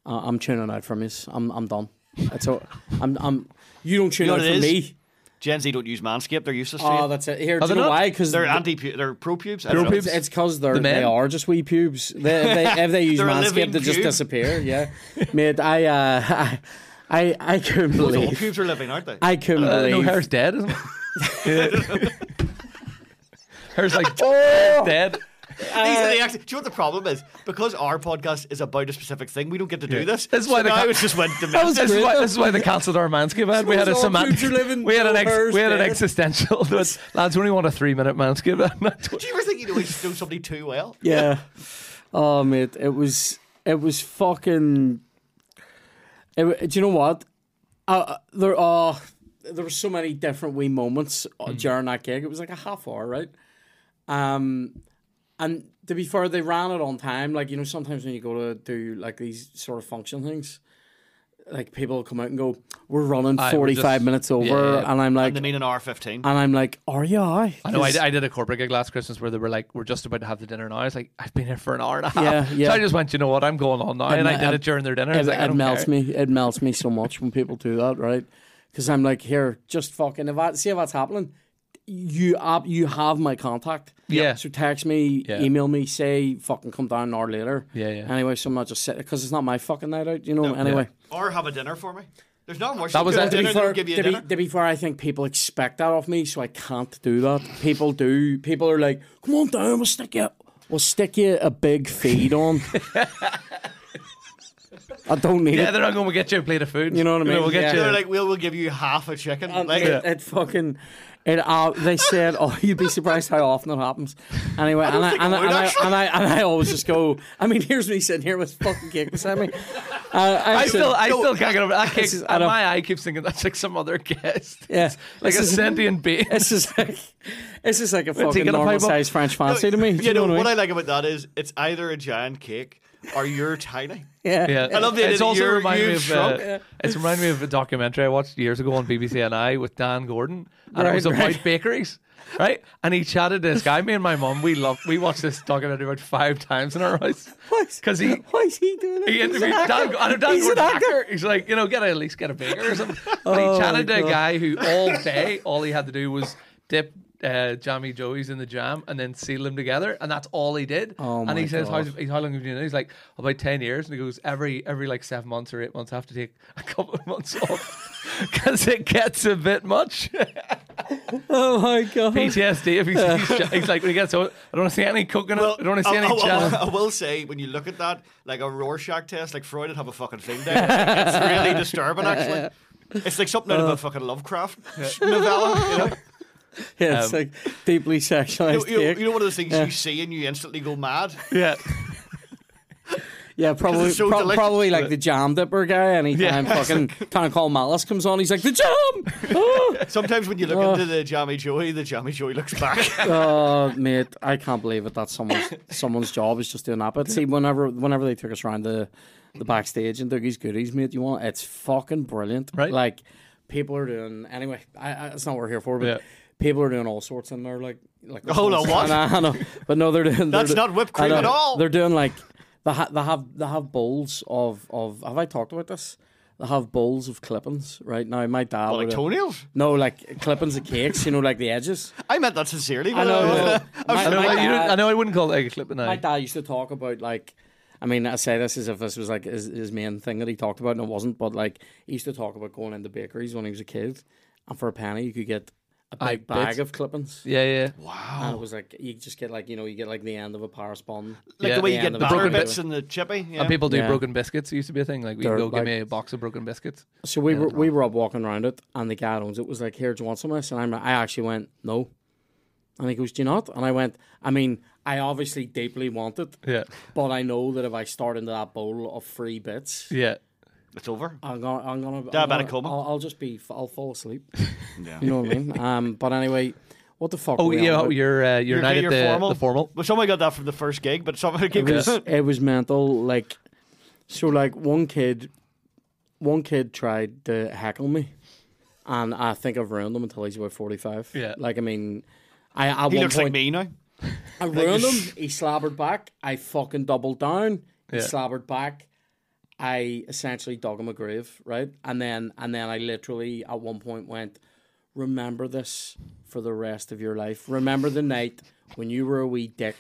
Uh, I'm tuning out from this. I'm I'm done. That's all. I'm I'm. You don't tune
You
out
know what it
from
is?
me.
Gen Z don't use Manscaped. They're useless. to you.
Oh, that's it. Here, do you
they
know
not?
why? Because
They're anti. They're pro pubes. Pro
pubes.
It's because they're
The men?
they are just wee pubes. They, they, if they use
They're a
Manscaped,
living
they just
pube.
disappear. Yeah, mate. I uh, I I, I couldn't
All
believe.
pubes are living, aren't they?
I couldn't
Uh, no,
believe.
hair's dead, isn't it? hair's like dead.
These are the
Uh,
acti- do you know what the problem is? Because our podcast is about a specific thing, we don't get to do this.
That's why
so
the
now
co-
it just went to
This is,
great,
why,
though.
this is why they cancelled our manscape ad. We had a
Suppose all
semantic.
dudes are living,
we had an
no
ex,
hair's
we had an
dead.
existential. lads, we only want a three minute manscape ad.
Do you ever think you know, you just know somebody too well?
Yeah. Oh, mate. It was it was fucking. It, wa- do you know what? Uh, there are there were so many different wee moments uh,
Hmm.
during that gig. It was like a half hour, right? Um, and to be fair, they ran it on time. Like you know, sometimes when you go to do like these sort of function things. Like people come out and go, we're running
Aye, we're
forty
just-
five minutes over,
yeah.
and I'm like,
And they
and,
mean an hour fifteen.
I'm like, are you? aye?"
I know. I,
'Cause-
I did a corporate gig last Christmas where they were like, "We're just about to have the dinner now." I was like, "I've been here for an hour and a half."
Yeah, yeah.
So I just went, "You know what? I'm going on now," and, I
me-
did
um,
it during their dinner. I
It,
was like, I
it
don't
melts
care.
me. It melts me so much when people do that, right? Because I'm like, here, just fucking. If I see if that's happening, you ab- you have my contact.
Yeah.
So text me,
Yeah.
email me, say fucking come down an hour later.
Yeah, yeah.
Anyway, so I'm not just sitting because it's not my fucking night out, you know. anyway,
Or have a dinner for me. There's no more.
was
a
it. To be
dinner. They'll give you a
to, be,
dinner.
to be fair, I think people expect that of me, so I can't do that. People do. People are like, come on down, we'll stick you. We'll stick you a big feed on. I don't need it.
Yeah, they're not going to get you a plate of food.
You know what I mean?
We'll get
Yeah.
They're
you.
like, we'll, we'll give you half a chicken.
And
like,
it, it fucking it uh, they said oh you'd be surprised how often it happens anyway and I,
think
and,
it
I,
would,
and, I,
actually.
and I and I always just go I mean here's me sitting here with fucking cake beside me uh, I,
I
said-
still, I still can't get over that. Cake.
is- I don't-
my eye keeps thinking that's like some other guest.
Yeah.
like
This
a
is-
sentient being.
this is like this is like a fucking
taking a pipe up.
normal sized French fancy to me Do
you know,
what I
what I
mean?
like about that is it's either a giant cake or you're tiny.
yeah
Yeah,
I love the idea
It's
that
also
you're-
reminded me
you've
of uh,
shrunk.
it's reminded me of a documentary I watched years ago on BBC and I with Dan Gordon, and it
Right,
was about
right.
bakeries, right? And he chatted to this guy. Me and my mum, we loved, we watched this documentary about five times in our house because he
why is he doing it
he
He's an
interviewed
actor.
Dan, I know Dan
he's an
Gordon,
actor
actor. He's like, you know, get a, at least get a baker or something. And he
Oh,
chatted
my
to a
God.
guy who all day, all he had to do was dip uh, jammy joeys in the jam and then seal them together, and that's all he did.
Oh,
and he
my
says,
God.
how, he's, "How long have you done it?" He's like, "Oh, "About ten years." And he goes, "Every every like seven months or eight months, I have to take a couple of months off because it gets a bit much."
oh my god
PTSD. If he's, he's, he's like, when he gets, home, I don't want to see any cooking. I don't want to see
I-
any
I- I-
jam.
I will say, when you look at that, like a Rorschach test, like Freud would have a fucking thing there. It's really disturbing, actually. It's like something out
Uh.
of a fucking Lovecraft novella. You know?
Yeah, it's
Um,
like deeply
You,
sexualized.
you-
dick.
you know one of those things
Yeah.
you see and you instantly go mad.
Yeah.
yeah, probably
it's so
pro-
delicious.
probably like the jam dipper guy. Anytime
Yeah.
fucking Town Call Malice comes on, he's like the jam. Oh,
Sometimes when you look
Oh.
into the Jammy Joey, the Jammy Joey looks back.
Oh, mate, I can't believe it. That someone's someone's job is just doing that. But see, whenever whenever they took us around the the backstage and Dougie's goodies, mate, you want it's fucking brilliant.
Right.
Like people are doing anyway. I, I, it's not what we're here for, but.
Yeah.
People are doing all sorts in there, like like.
Oh, no, what?
I know, I know. but no, they're doing.
That's
they're do-
not whipped
I
cream
know.
at all.
They're doing like they, ha- they have they have bowls of of. Have I talked about this? They have bowls of clippings right now. My dad
Well, like
would-
toenails.
no, like clippings of cakes. You know, like the edges.
I meant that sincerely. uh,
I know.
I'm
My-
I know,
my
I, you
dad-
don't- I know I wouldn't call it a clip, but no.
My dad used to talk about like, I mean, I say this as if this was like his, his main thing that he talked about, and it wasn't. But like, he used to talk about going into bakeries when he was a kid, and for a penny you could get a
Aye,
big bag
bits.
of clippings.
Yeah, yeah. Oh.
And it was like you just get like you know you get like the end of a Paris bun.
like
Yeah.
the way
Yeah,
you get
the
batter
broken
bits and the chippy. Yeah.
And people do
Yeah.
broken biscuits. It used to be a thing. Like we
They're
can go
like-
give me a box of broken biscuits.
So we were we were up walking around it, and the guy that owns it was like, "Here, do you want some of this?" And I'm, I actually went, "No," and he goes, "Do you not?" And I went, "I mean, I obviously deeply want it,
Yeah,
but I know that if I start into that bowl of free bits,
yeah.
It's over.
I'm gonna, I'm gonna, I'm
Diabetic
gonna-
coma.
I'll, I'll just be, I'll fall asleep.
Yeah.
You know what I mean? Um, but anyway, what the fuck?
Oh,
were we
yeah.
on
Oh,
about?
you're uh, you're
Your-
night at
your
the
formal?
the formal.
Well, someone got that from the first gig, but someone
It
gave
was,
us.
it was mental. Like, so, like one kid, one kid tried to heckle me, and I think I've ruined him until he's about forty-five.
Yeah.
Like, I mean, I at
He
one
looks
point
like me now.
I ruined him. He slobbered back. I fucking doubled down. He
Yeah.
slobbered back. I essentially dug him a grave, right? And then and then I literally at one point went, Remember this for the rest of your life. Remember the night when you were a wee dick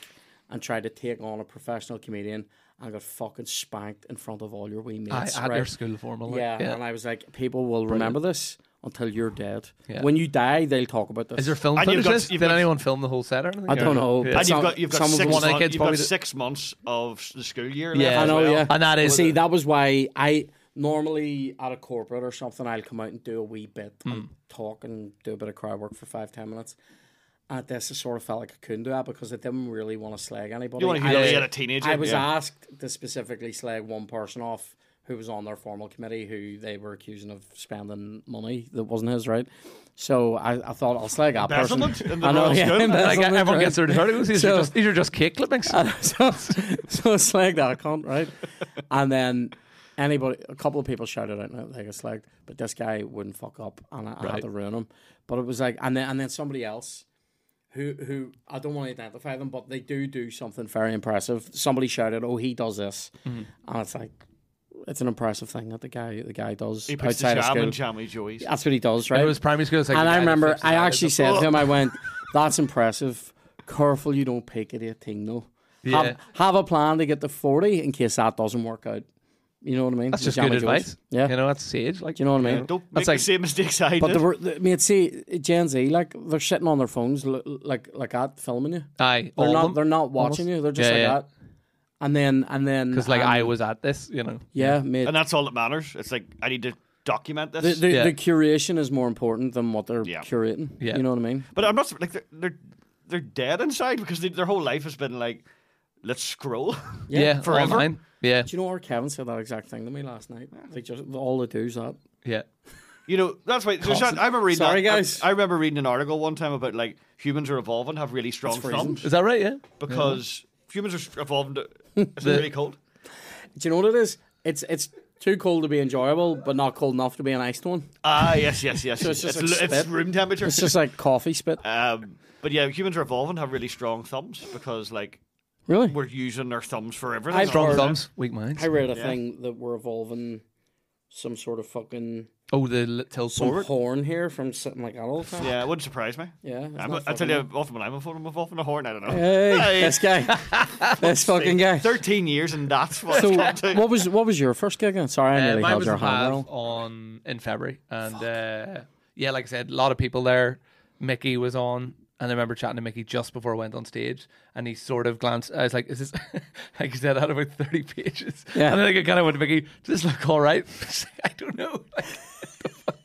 and tried to take on a professional comedian and got fucking spanked in front of all your wee
I,
mates.
at
right?
your school formal. like,
yeah, and I was like, people will remember this until you're dead.
Yeah.
When you die, they'll talk about this.
Is there film
And
footage?
you've got-
of this?
you've
Did
got-
anyone film the whole set or anything?
I don't know.
Yeah.
but
And you've
some-
got you've got
some of
six
them-
One of the
months,
kids
you've got
probably did-
six months of the school year.
Yeah.
left
I
as
know,
well.
yeah.
And that is
See, that was why I normally at a corporate or something, I'll come out and do a wee bit
Mm.
and talk and do a bit of crowd work for five, ten minutes. And at this, I sort of felt like I couldn't do that because I didn't really want to slag anybody.
You want to
I, was,
humiliate a teenager?
I was
yeah.
asked to specifically slag one person off who was on their formal committee who they were accusing of spending money that wasn't his, right? So I, I thought I'll slag that person.
Embezzlement in the
I know,
Royal
yeah,
School?
Like,
embezzlement,
everyone
right?
gets their verticals. These,
So-
are just, these are just cake clippings.
so, so it's like that cunt, right? And then anybody, a couple of people shouted out, "No, they got slagged," but this guy wouldn't fuck up, and I, I had
Right.
to ruin him. But it was like, and then and then somebody else, who who I don't want to identify them, but they do do something very impressive. Somebody shouted, "Oh, he does this," and it's like, it's an impressive thing that the guy the guy does
He puts the
outside of
jam
school.
and jammy joys.
That's what he does, right?
it was primary school. It's like
and
the
I
guy that
remember
flips his
I
eyelids
actually
up.
said to him, I went, that's impressive. Careful you don't peak at 18 though.
Yeah.
Have, have a plan to get to 40 in case that doesn't work out. You know what I mean? The
That's just
Jammy
good
Joes.
advice.
Yeah.
You know, that's sage. Like,
Do you know what I mean?
Don't make
That's
the
like-
same mistakes I
But
did.
they were, they, mate, see, Gen Z, like, they're sitting on their phones l- like like that, filming you.
aye,
They're
all
not
of them.
they're not watching
almost.
you. They're just
Yeah,
like
yeah.
that. And then and then
Because like
um,
I was at this, you know.
yeah, mate.
and that's all that matters. It's like I need to document
The,
this.
the,
Yeah.
the curation is more important than what they're
Yeah.
curating.
Yeah.
You know what I mean?
but I'm not like they're they're, they're dead inside because they, their whole life has been like, let's scroll.
Yeah,
Forever.
online. Yeah,
Do you know what Kevin said that exact thing to me last night? They just all they do is that.
yeah.
You know, that's why. There's not, I remember reading.
Sorry,
that- I-
guys.
I, remember reading an article one time about like humans are evolving, have really strong
freezing.
thumbs
Is that right? Yeah.
because humans are evolving. To, it's really cold.
Do you know what it is? It's it's too cold to be enjoyable, but not cold enough to be an iced one.
Ah, yes, yes, yes.
it's
it's,
just
l-
like
it's
spit.
room temperature.
It's just like coffee spit.
um, but yeah, humans are evolving, have really strong thumbs because like
Really?
we're using their thumbs for everything.
I've
Strong
Or-
thumbs, weak minds.
I read a
Yeah.
thing that we're evolving some sort of fucking
Oh, the li- tilt
some
forward.
horn here from sitting like that all the time.
Yeah, it wouldn't surprise me.
Yeah, it's
I'm,
not
I tell
fucking
you, often when I'm on phone, I'm off on a horn. I don't know.
Hey,
Hey.
this guy, this fucking guy.
Thirteen years and that's what.
So,
it's come to.
what was what was your first gig? Again? Sorry, I
Uh,
nearly
mine
held
was
your
in
hand.
Bath
there.
on in February, and uh, yeah, like I said, a lot of people there. Mickey was on, and I remember chatting to Mickey just before I went on stage, and he sort of glanced. I was like, "Is this?" like I said, I had about thirty pages,
Yeah.
and I think I kind of went to Mickey, "Does this look all right?" I don't know. Like, what the fuck?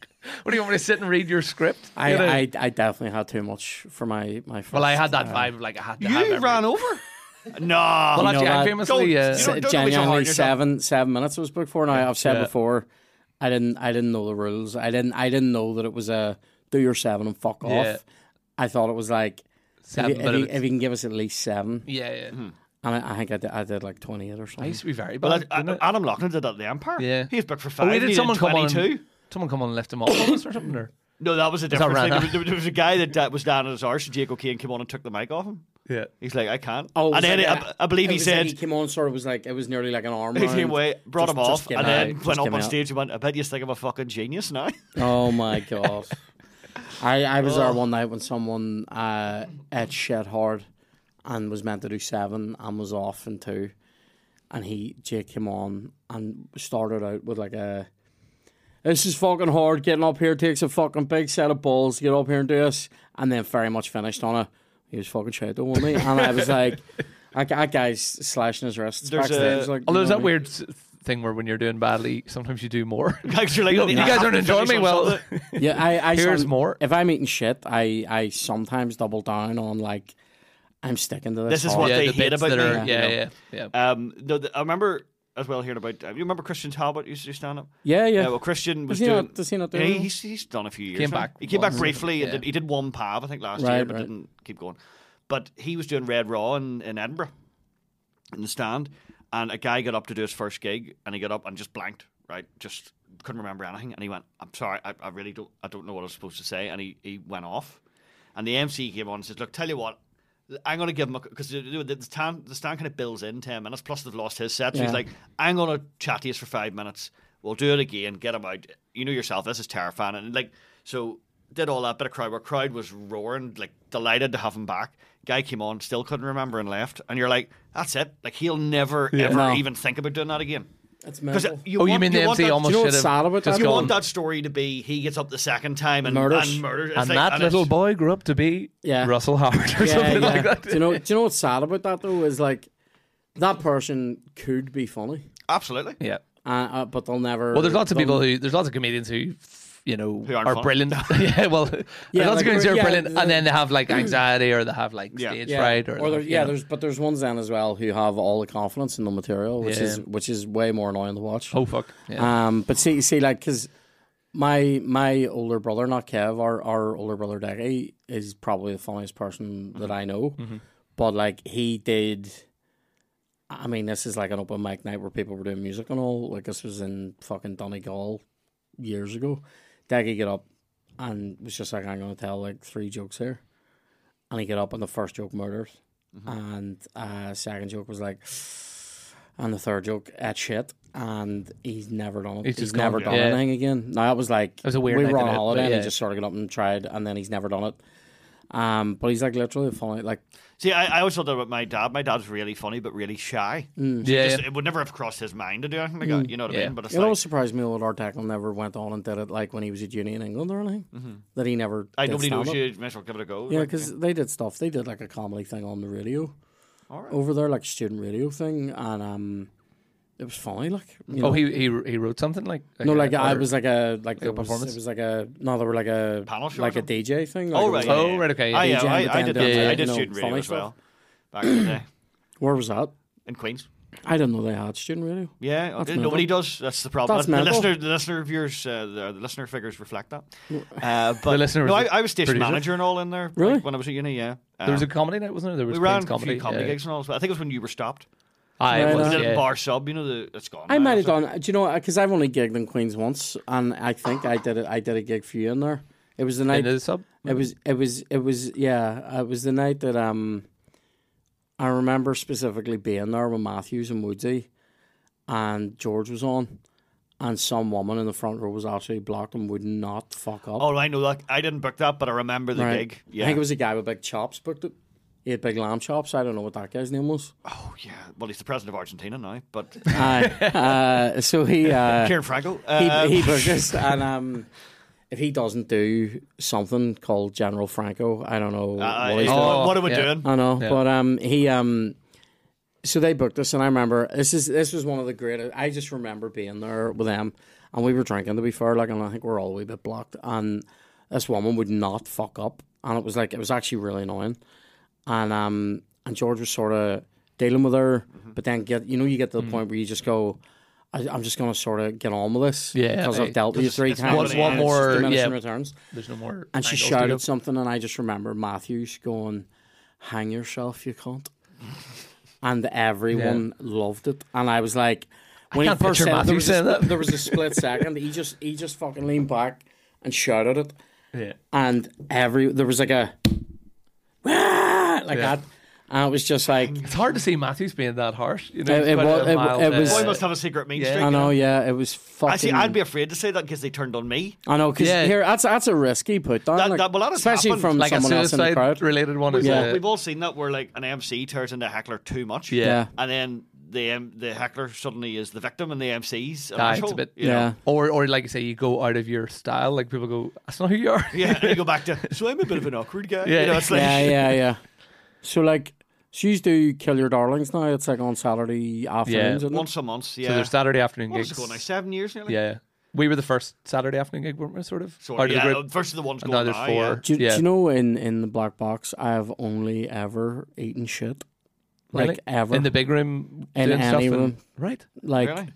What do you want me to sit and read your script?
I,
You know?
I, I definitely had too much for my my. First,
well, I had that
uh,
vibe of like I had to have
You
every-
ran over. no.
Well, actually, I
that-
famously.
Don't-
uh,
you
se-
don't- don't be so hard on
genuinely
yourself.
seven seven minutes it was booked for. Now I've said
Yeah.
before, I didn't I didn't know the rules. I didn't I didn't know that it was a do your seven and fuck off.
Yeah.
I thought it was like
Seven,
if, you,
but
if, you,
it's-
if you can give us at least seven,
yeah, yeah.
and I, I think I did, I did like twenty eight or
I
something.
used to be very
Well,
bad.
I-
didn't
I- Adam Loughlin did that at the Empire.
Yeah.
He was booked for
I?
five.
Oh, wait,
he
did someone come on?
22.
and- Someone come on and lift him off on us or something? Or?
No, that was a different
right?
thing. There was, there was a guy that uh, was down at his arse, and Jake O'Kane came on and took the mic off him.
Yeah.
He's like, I can't.
Oh, it was
and then
like
I-
a-
I believe
it
he
was like
said
he came on, sort of was like it was nearly like an arm.
he
round.
came away, brought
Just-
him off,
just give
and
me-
then
just
went
give
up
me
on
that.
stage and went, I bet you think I'm a fucking genius now.
Oh my god. I, I was
Oh.
there one night when someone uh, ate shit hard and was meant to do seven and was off in two. And he, Jake, came on and started out with like a. This is fucking hard. Getting up here takes a fucking big set of balls to get up here and do this. And then very much finished on a. He was fucking shit, don't he? And I was like, that, that guy's slashing his wrists.
There's
backstage,
a-
like,
Although
you
there's
know what I
that
mean?
weird s- thing where when you're doing badly, sometimes you do more.
Guys, you're like,
you
"I
guys
have
aren't
to
enjoying
finish
me
on
well.
something."
Yeah, I, I
Here's
some-
more.
If I'm eating shit, I, I sometimes double down on like I'm sticking to this.
This is
hard.
what
yeah,
they
the
hate
bits
about
that
me,
are.
you
Yeah,
know.
yeah, yeah.
Um, no, the, I remember as well hearing about. Uh, you remember Christian Talbot used to do stand up?
Yeah, yeah.
well, Christian was
he
doing.
not- does he not do
Yeah,
it?
he's, he's done a few years.
Came
now.
back
He came back
once.
briefly. and
Yeah.
did, he did one pav, I think, last year,
Right,
but
right.
didn't keep going. But he was doing Red Raw in, in Edinburgh, in the stand, and a guy got up to do his first gig, and he got up and just blanked. Right, just couldn't remember anything, and he went, "I'm sorry, I, I really don't, I don't know what I was supposed to say," and he, he went off, and the MC came on and says, "Look, tell you what." I'm gonna give him because the, the, the stand the stand kind of bills in ten minutes. Plus they've lost his set, so
Yeah.
he's like, "I'm gonna chat to you for five minutes. We'll do it again. Get him out. You know yourself. This is terrifying." And like, so did all that bit of crowd work. Crowd was roaring, like delighted to have him back. Guy came on, still couldn't remember and left. And you're like, "That's it. Like he'll never ever
No.
even think about doing that again."
That's
Because
mental.
you
oh, you
want-
mean the
want
MC
that-
almost
you know
should
what's
have
sad about that?
just
You
gone.
want that story to be he gets up the second time and
Murders.
murders and, murders. It's
And
like-
that little
it's-
boy grew up to be
Yeah.
Russell Howard or
yeah,
something
yeah.
like that.
Do you know? Do you know what's sad about that though? Is like that person could be funny,
absolutely.
Yeah.
uh, uh, but they'll never.
Well, there's lots of
they'll-
people who there's lots of comedians who you know
Who aren't
are
funny.
brilliant. yeah, well, there's lots
like,
of comedians who are
yeah,
brilliant,
the-
and then they have like anxiety or they have like
Yeah.
stage
Yeah,
fright or,
or there,
you
yeah,
know.
there's but there's ones then as well who have all the confidence in the material, which
Yeah.
is which is way more annoying to watch.
oh fuck. Yeah.
Um, but see, see, like, because my my older brother, not Kev, our our older brother Decky is probably the funniest person that I know. But like, he did. I mean, this is like an open mic night where people were doing music and all. Like, this was in fucking Donegal years ago. Decky get up and was just like, "I'm going to tell like three jokes here," and he get up and the first joke murdered,
Mm-hmm.
and uh, second joke was like. And the third joke at shit, and he's never done it. He's,
He's just
never done
gone, yeah.
anything again. No, that was like
was a weird
we
night,
were on
didn't it?
holiday,
But
and he
yeah.
just sort of got up and tried, and then he's never done it. Um, but he's like literally funny. Like
See, I, I always thought that about my dad. My dad's really funny, but really shy.
yeah, Mm.
Just-
yeah. Mm.
It would never have crossed his mind to do anything like that. You know what
Yeah.
I mean? But it's
it
like,
always surprised me that Artacle never went on and did it. Like when he was at uni in England or anything,
Mm-hmm.
that he never.
I,
did
nobody knows
stand-up.
you. Might as well give it a go.
Yeah,
Like,
because they did stuff. They did like a comedy thing on the radio
all right.
over there, like student radio thing, and um, it was funny. Like you
Oh,
know.
he he he wrote something like,
No, like
a-
I
or-
was like a like there was-
performance?
It was like a no, they were like a
Panel show or
like a
something?
DJ thing. Like
Oh,
it was
right.
like-
Oh, right, okay.
I,
yeah.
yeah, I,
DJing,
I did,
but then
doing,
I
you
did
know,
student radio
funny
as well
stuff.
back in the day
Where was that?
in Queens.
I didn't know they had student radio.
Yeah,
That's
nobody does. That's the problem.
That's
the
mental.
listener, the listener viewers, uh, the, the listener figures reflect that. Uh, but
listener
no, I,
was a
I was station
producer?
manager and all in there.
Really?
Like, when I was at uni, yeah.
there was a
Um,
comedy night, wasn't there? There was
we ran
Queen's
a
comedy
few comedy
yeah.
gigs and all. as well. I think it was when you were stopped.
Aye, it
Right,
was,
uh,
We did it
yeah.
in bar sub. You know, the, it's gone.
I
now,
might have
so-
done. Do you know? Because I've only gigged in Queens once, and I think I did it. I did a gig for you in there. It was the night.
Into the sub.
It was. It was. It was. Yeah. It was the night that um, I remember specifically being there with Matthews and Woodsy, and George was on, and some woman in the front row was actually blocked and would not fuck up.
Oh, I know that. I didn't book that, but I remember the
Right.
gig. Yeah.
I think it was a guy with big chops booked it. He had big lamb chops. I don't know what that guy's name was.
Oh, yeah. Well, he's the president of Argentina now, but
Aye. uh, so he. Uh,
Kieran Franco.
he,
um,
he booked us, and um, if he doesn't do something called General Franco, I don't know
Uh,
what he's doing.
Oh,
what are we
yeah.
doing?
I know,
Yeah.
but um, he um, so they booked us, and I remember this is this was one of the greatest. I just remember being there with them, and we were drinking to be fair, like, and I think we are all a wee bit blocked. And this woman would not fuck up, and it was like it was actually really annoying. And um, and George was sort of dealing with her,
Mm-hmm.
but then get you know you get to the
Mm.
point where you just go. I, I'm just gonna sort of get on with this,
Yeah,
because
I-
I've dealt with you
it's-
three
it's
times.
one-
and
one
it's just
more,
diminishing
yeah.
returns.
There's no more.
And she
angles to go.
shouted something, and I just remember Matthews going, "Hang yourself, you cunt!" And everyone loved it. And I was like, when
can't
he first said
picture
it, there
Matthews
was,
saying
a,
that.
there was a split second. He just he just fucking leaned back and shouted it,
Yeah.
and every there was like a "Wah!" like
Yeah.
that, and it was just like.
It's hard to see Matthews being that harsh. You know,
It-
it's
it
quite
was-
a
it-
mild,
it was-
Boy must have a secret mean
Yeah.
streak.
I
you
know, yeah, it was fucking.
Actually, I'd be afraid to say that because they turned on me.
I know, because
Yeah.
here that's that's a risky put down,
That-
like,
that- well, that has
especially
happened.
from
like a
someone else in the crowd.
suicide related one. Is
Yeah.
a-
We've all seen that where like an MC turns into a heckler too much.
Yeah.
yeah,
And then the um, the heckler suddenly is the victim and the MC's an
Ah, it's
asshole.
a bit-
you
yeah.
know.
or or like you say, you go out of your style. Like people go, that's not who you are.
Yeah, and you go back to so I'm a bit of an awkward guy.
Yeah.
You know, it's like
yeah, yeah, yeah. So like, she's do kill your darlings now. It's like on Saturday afternoons. isn't it?
once a month.
So
Yeah.
there's Saturday afternoon
what is
gigs.
it going now? Seven years nearly.
Yeah, we were the first Saturday afternoon gig, weren't we? Sort of.
So
Out of the
yeah,
group.
versus the ones
and
going
now there's
now,
four.
yeah.
Do, you- do
yeah.
you know in in the black box? I have only ever eaten shit, like
Really?
ever
in the big room
In
doing stuff
any
and-
room.
right?
like.
Really?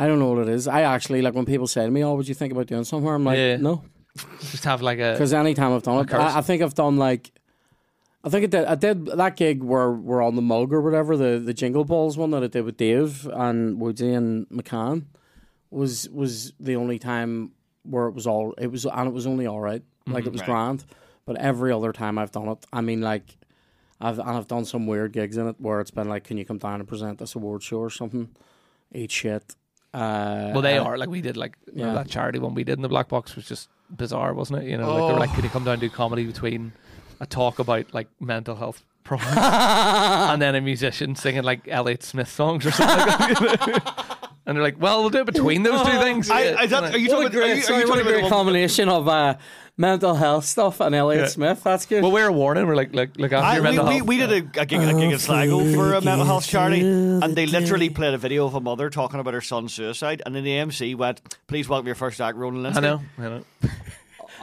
I don't know what it is. I actually like when people say to me, "Oh, would you think about doing somewhere?" I'm like,
Yeah.
"No,"
Just have like a
because anytime I've done it,
curse.
I, I think I've done like, I think I did. I did that gig where we're on the mug or whatever the the Jingle Balls one that I did with Dave and Woodsy and McCann was was the only time where it was all it was and it was only all right.
Mm-hmm.
Like it was
Right.
grand, but every other time I've done it, I mean like. I've and I've done some weird gigs in it where it's been like, can you come down and present this award show or something? Eat shit. Uh,
well, they
and-
are like we did like you know,
Yeah.
that charity one we did in the black box was just bizarre, wasn't it? You know, like they
Oh.
were like, can you come down and do comedy between a talk about like mental health problems and then a musician singing like Elliott Smith songs or something like that? and they're like, well, we'll do it between those two things.
I,
Yeah.
I, that, are you
What a
talking about? Are you, are
great,
you
sorry, what
talking
a
about the
great
one-
combination of uh, mental health stuff and Elliot
Yeah.
Smith. That's good.
well, we were warning. We're like, like, look after
I,
your
we,
mental
we,
health.
we did a, a gig a gig in Sligo for a mental health charity, and they literally played a video of a mother talking about her son's suicide, and then the MC went, "Please welcome your first act, Ronan
I
Lindsay."
know, I know.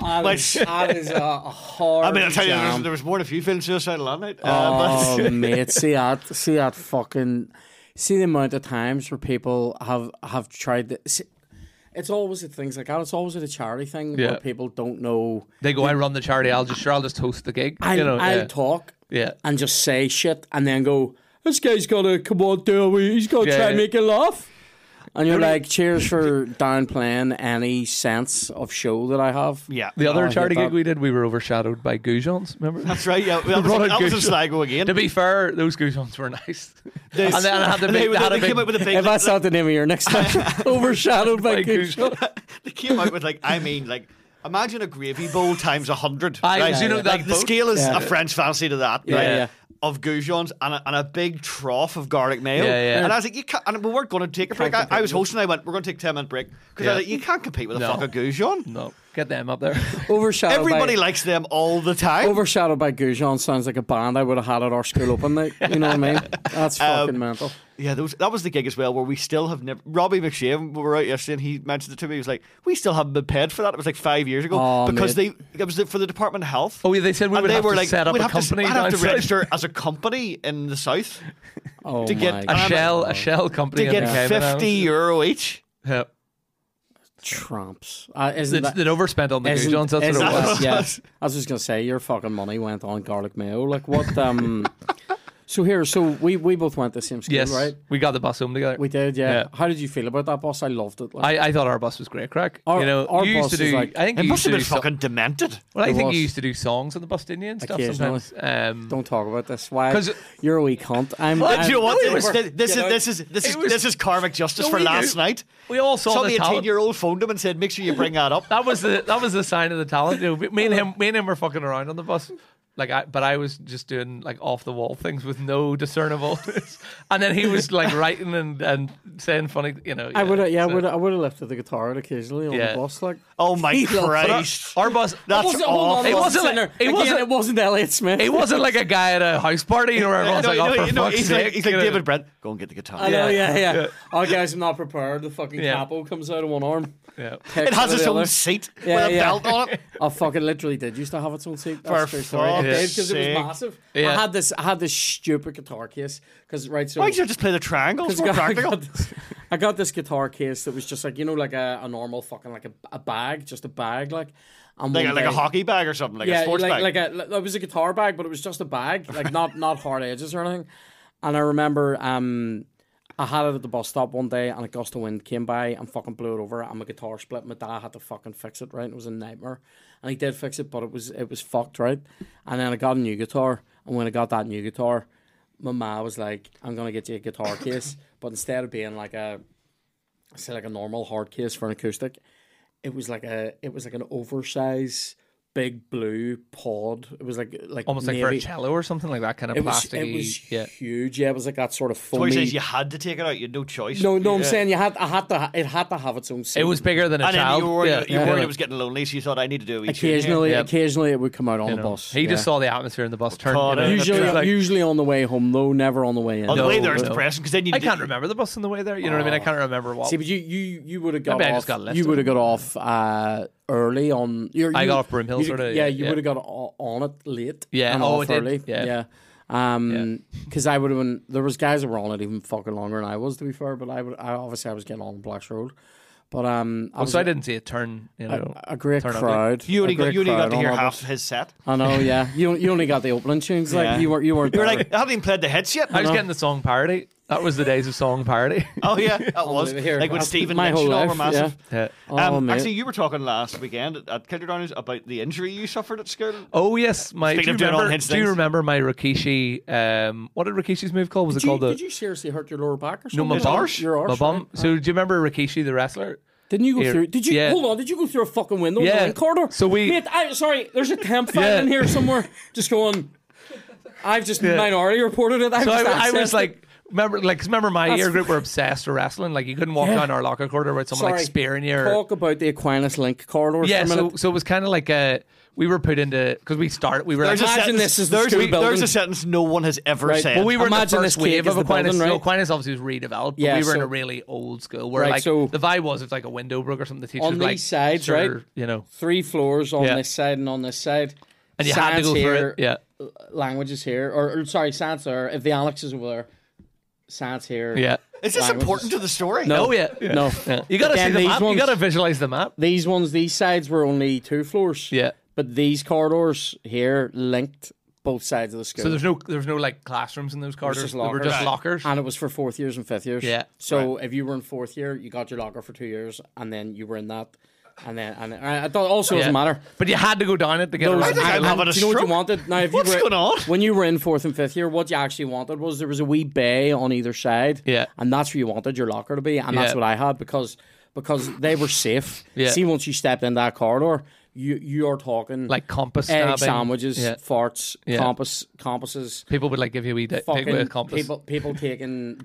that, is,
Which-
that is a, a hard.
I mean, I tell you, there was,
jam.
there was more than a few feeling suicidal that night. Uh,
oh mate, see that, see that fucking, see the amount of times where people have have tried. To, see, it's always at things like that. It's always at a charity thing
Yeah.
where people don't know.
They go, I run the charity. I'll just sure I'll just host the gig.
I
you know,
I
yeah.
talk
yeah.
and just say shit and then go. This guy's gonna come on, do we? He's gonna
Yeah,
try
yeah.
and make you laugh. And you're like, cheers for downplaying any sense of show that I have.
but yeah,
The other
I hate
charity gig
that.
we did, we were overshadowed by goujons. Remember?
that's right. Yeah, that was,
Ronan
that was in
Goodall.
Sligo again.
to be fair, those goujons were nice.
They-
and then I had the
they,
big,
they,
they had a
they came
big
out with a big.
If that's not the name of your next match, overshadowed by
By
Gusho.
Goujon.
they came out with like, I mean, like, imagine a gravy bowl times a hundred.
I-
right?
do you know that
like the
boat?
scale is
Yeah.
a French fancy to that.
Yeah,
right?
yeah.
Of goujons and a, and a big trough of garlic mayo,
Yeah, yeah.
and I was like, "You can't." And we weren't going to take a break. I, I was hosting. I went, "We're going to take ten minute break because
Yeah.
like, you can't compete with a
No.
fucking
Oh,
goujon.
No, get them up there.
Overshadowed
Everybody
by,
likes them all the time."
Overshadowed by Goujon sounds like a band I would have had at our school open night. You know what I mean? That's
Um,
fucking mental.
Yeah, that was, that was the gig as well where we still have never. Robbie McShane, we were out yesterday and he mentioned it to me. He was like, We still haven't been paid for that. It was like five years ago.
Aw,
because they it was for the Department of Health.
Oh, yeah, they said we
and
would
they
have
were
to
like,
set up
we'd
a
have
company
To, I'd have to
downside."
register as a company in the South
Oh
to
my
get-
A
God.
I'm-
shell, a shell company.
to
in the
get
Cayman
50 euro each.
Islands.
Tramps. Uh,
Yeah.
isn't
It's-
that,
They'd overspent on the
isn't-
goujons. That's
isn't
what it
that-
was.
yeah. I was just gonna say your fucking money went on garlic mayo. Like what um So here, so we, we both went to the same school,
Yes,
right?
we got the bus home together.
We did, yeah.
Yeah.
How did you feel about that boss? I loved it. Like,
I, I thought our bus was great crack.
Our-
you know,
our
you used
bus
to
was
do.
like-
I think
It
you
must
used to
have been
do so-
fucking demented.
well, I
It
think
was.
you used to do songs on the bus, didn't you, and stuff
Occasionally.
sometimes. Um,
don't talk about this. Why?
'Cause-
you're a wee cunt. I'm.
Do
I'm
you know what?
no, it was-
this, this
you know,
is, this is this is
it was-
this is karmic justice
No,
for
we
last
do.
night.
we all saw
Some
the talent.
18 year old phoned him and said, "Make sure you bring that up."
That was the that was the sign of the talent. You know, me and him, me and him were fucking around on the bus. Like I, but I was just doing like off the wall things with no discernible, and then he was like writing and, and saying funny, you know.
I would have, yeah, I
so-
would, I would have lifted the guitar out occasionally on
Yeah.
the bus, like.
Oh my
Jesus.
Christ!
Our bus,
That's
Wasn't- hold
awful.
on,
It
wasn't
wasn't
Sinner.
like- it
Again,
wasn't-
it wasn't Elliot Smith.
It wasn't like a guy at a house party where
No,
everyone's like,
no,
"Oh, for
no,
fuck's
he's
sake!"
like, he's
you
like
know.
David Brent. Go and get the guitar.
I know,
Yeah.
yeah, yeah. Oh, guys, I'm not prepared. The fucking
Yeah.
capo comes out of one arm.
Yeah.
It has its own
other.
seat
Yeah,
with a
yeah.
belt on it.
I fucking literally did. Used to have its own seat. That's
For
a true story. It
fuck's
did because it was
sake.
massive.
Yeah.
I had this. I had this stupid guitar case because right. So
Why don't you just play the triangle? It's more
I
practical.
got, this, I got this guitar case that was just like you know like a, a normal fucking like a, a bag, just a bag like. And
Like, a-
one
like a
day-
hockey bag or something, like a sports
like,
bag.
Like a, like- it was a guitar bag, but it was just a bag, like not not hard edges or anything. And I remember um, I had it at the bus stop one day, and a gust of wind came by and fucking blew it over, and my guitar split. My dad had to fucking fix it, right? It was a nightmare, and he did fix it, but it was it was fucked, right? And then I got a new guitar, and when I got that new guitar, my ma was like, "I'm gonna get you a guitar case," but instead of being like a say like a normal hard case for an acoustic, it was like a it was like an oversized big blue pod. It was like like
almost like for
navy.
a cello or something like that kind of
It was
plasticky.
it was
yeah,
huge. Yeah, it was like that sort of
Toy
foamy.
says you had to take it out. You had no choice.
no, no, I'm saying you had I had to ha- it had to have its own. Seat.
it was bigger than a
And then
child.
you were worried,
yeah,
you were worried it was getting lonely, so you thought I need to do a wee tune here."
occasionally
Yeah.
occasionally it would come out on
You
the
know,
bus.
He just
yeah.
saw the atmosphere in the bus turn. you
God,
know,
I-
usually
it was like,
usually on the way home though, never on the way in.
On the
No,
way there, it's
no.
depressing because then you
I
did-
can't remember the bus on the way there. You know what I mean? I can't remember what.
Oh. See, but you you you would have got
Oh. Maybe I
off.
just got left
you
on
would have
it.
got off uh, early on. You're,
I
you-
got off Broomhill
you-
sort of,
Yeah,
yeah,
you
yeah.
would have got o- on it late.
Yeah,
and
oh,
off
I did,
early.
yeah.
yeah. Um, because I would have been. There was guys that were on it even fucking longer than I was. To be fair, but I would. I obviously I was getting on Black's Road, but um, I was
so I didn't see it turn. You know,
a, a great
turn up.
crowd.
You only
a
got,
great
you only got
crowd
to
on
hear
all of
half
us.
his set.
I know. Yeah, you you only got the opening tunes. Like
Yeah.
you weren't you weren't.
You were
there.
like, I haven't even played the hits yet.
I was getting the song parody. That was the days of song parody.
Oh yeah, that was
Unbelievable. Here,
like when
that's
Stephen
my
Lynch and
whole
all were
life,
massive.
Yeah.
Oh,
Um,
mate.
actually, you were talking last weekend at, at Kilderdowns about the injury you suffered at school.
Oh yes, my.
Speaking
do you
of doing all
remember?
hits
do you
things.
remember my Rikishi? Um, what did Rikishi's move called? Was
Did
it
you,
called the?
did you seriously hurt your lower back or something?
no, my
His
bum.
arse?
Your arse,
My bum.
right?
So do you remember Rikishi the wrestler?
Didn't you go
Here.
through? Did you
Yeah.
hold on? Did you go through a fucking window? in the
Yeah.
wrong corridor.
So we-
Mate, I, sorry, there's a temp file
Yeah.
in here somewhere. Just going. I've just minority reported it. I've
So
just
I, I
accessed
was
it.
like, remember, like, 'cause remember my
That's
year group were obsessed with wrestling. Like, you couldn't walk
Yeah.
down our locker corridor without someone
sorry,
like spearing you. Or,
Talk about the Aquinas Link corridor.
yeah.
for a
So,
minute.
so it was kind of like a we were put into because we started. We were like,
There's a
Imagine
sentence,
this is the
there's,
school
a, there's
building.
a sentence no one has ever
Right,
said.
but
Well, we were
Imagine
in the
this
first
cake
wave
is
of
the
Aquinas.
building,
So
right?
Aquinas obviously was redeveloped, but
Yeah,
we were in
so-
a really old school where
Right,
like
so-
the vibe was if like a window broke or something, the teachers
On
were like
these sides,
sure,
right?
You know,
three floors on
Yeah.
this side and on this side.
and you had to
Science
go through
here,
it. Yeah,
Languages here, or, or sorry, science there. If the Alex is over there, science here.
yeah.
is this
languages.
important to the story?
Oh yeah, yeah.
No.
Yeah. You gotta
Again,
see the
these
map.
ones-
You gotta visualize the map.
These ones, these sides were only two floors.
Yeah.
But these corridors here linked both sides of the school.
So there's no there's no like classrooms in those corridors.
just
They were
lockers.
just
Right.
lockers.
and it was for fourth years and fifth years.
Yeah.
So if you were in fourth year, you got your locker for two years, and then you were in that, and then and I thought also
Yeah.
doesn't matter.
But you had to go down it to get
Those-
around.
think I'm
and-
having
and
a
do you know what you
stroke.
wanted? Now, if you
What's
were,
going on?
When you were in fourth and fifth year, what you actually wanted was there was a wee bay on either side.
Yeah.
And that's where you wanted your locker to be. And that's
Yeah.
what I had because because they were safe.
Yeah.
See, once you stepped in that corridor, you you're talking
like compass
egg
stabbing.
sandwiches,
Yeah.
farts,
Yeah.
compass compasses,
People would like give you a wee di- dig with a
fucking
compass.
people people taking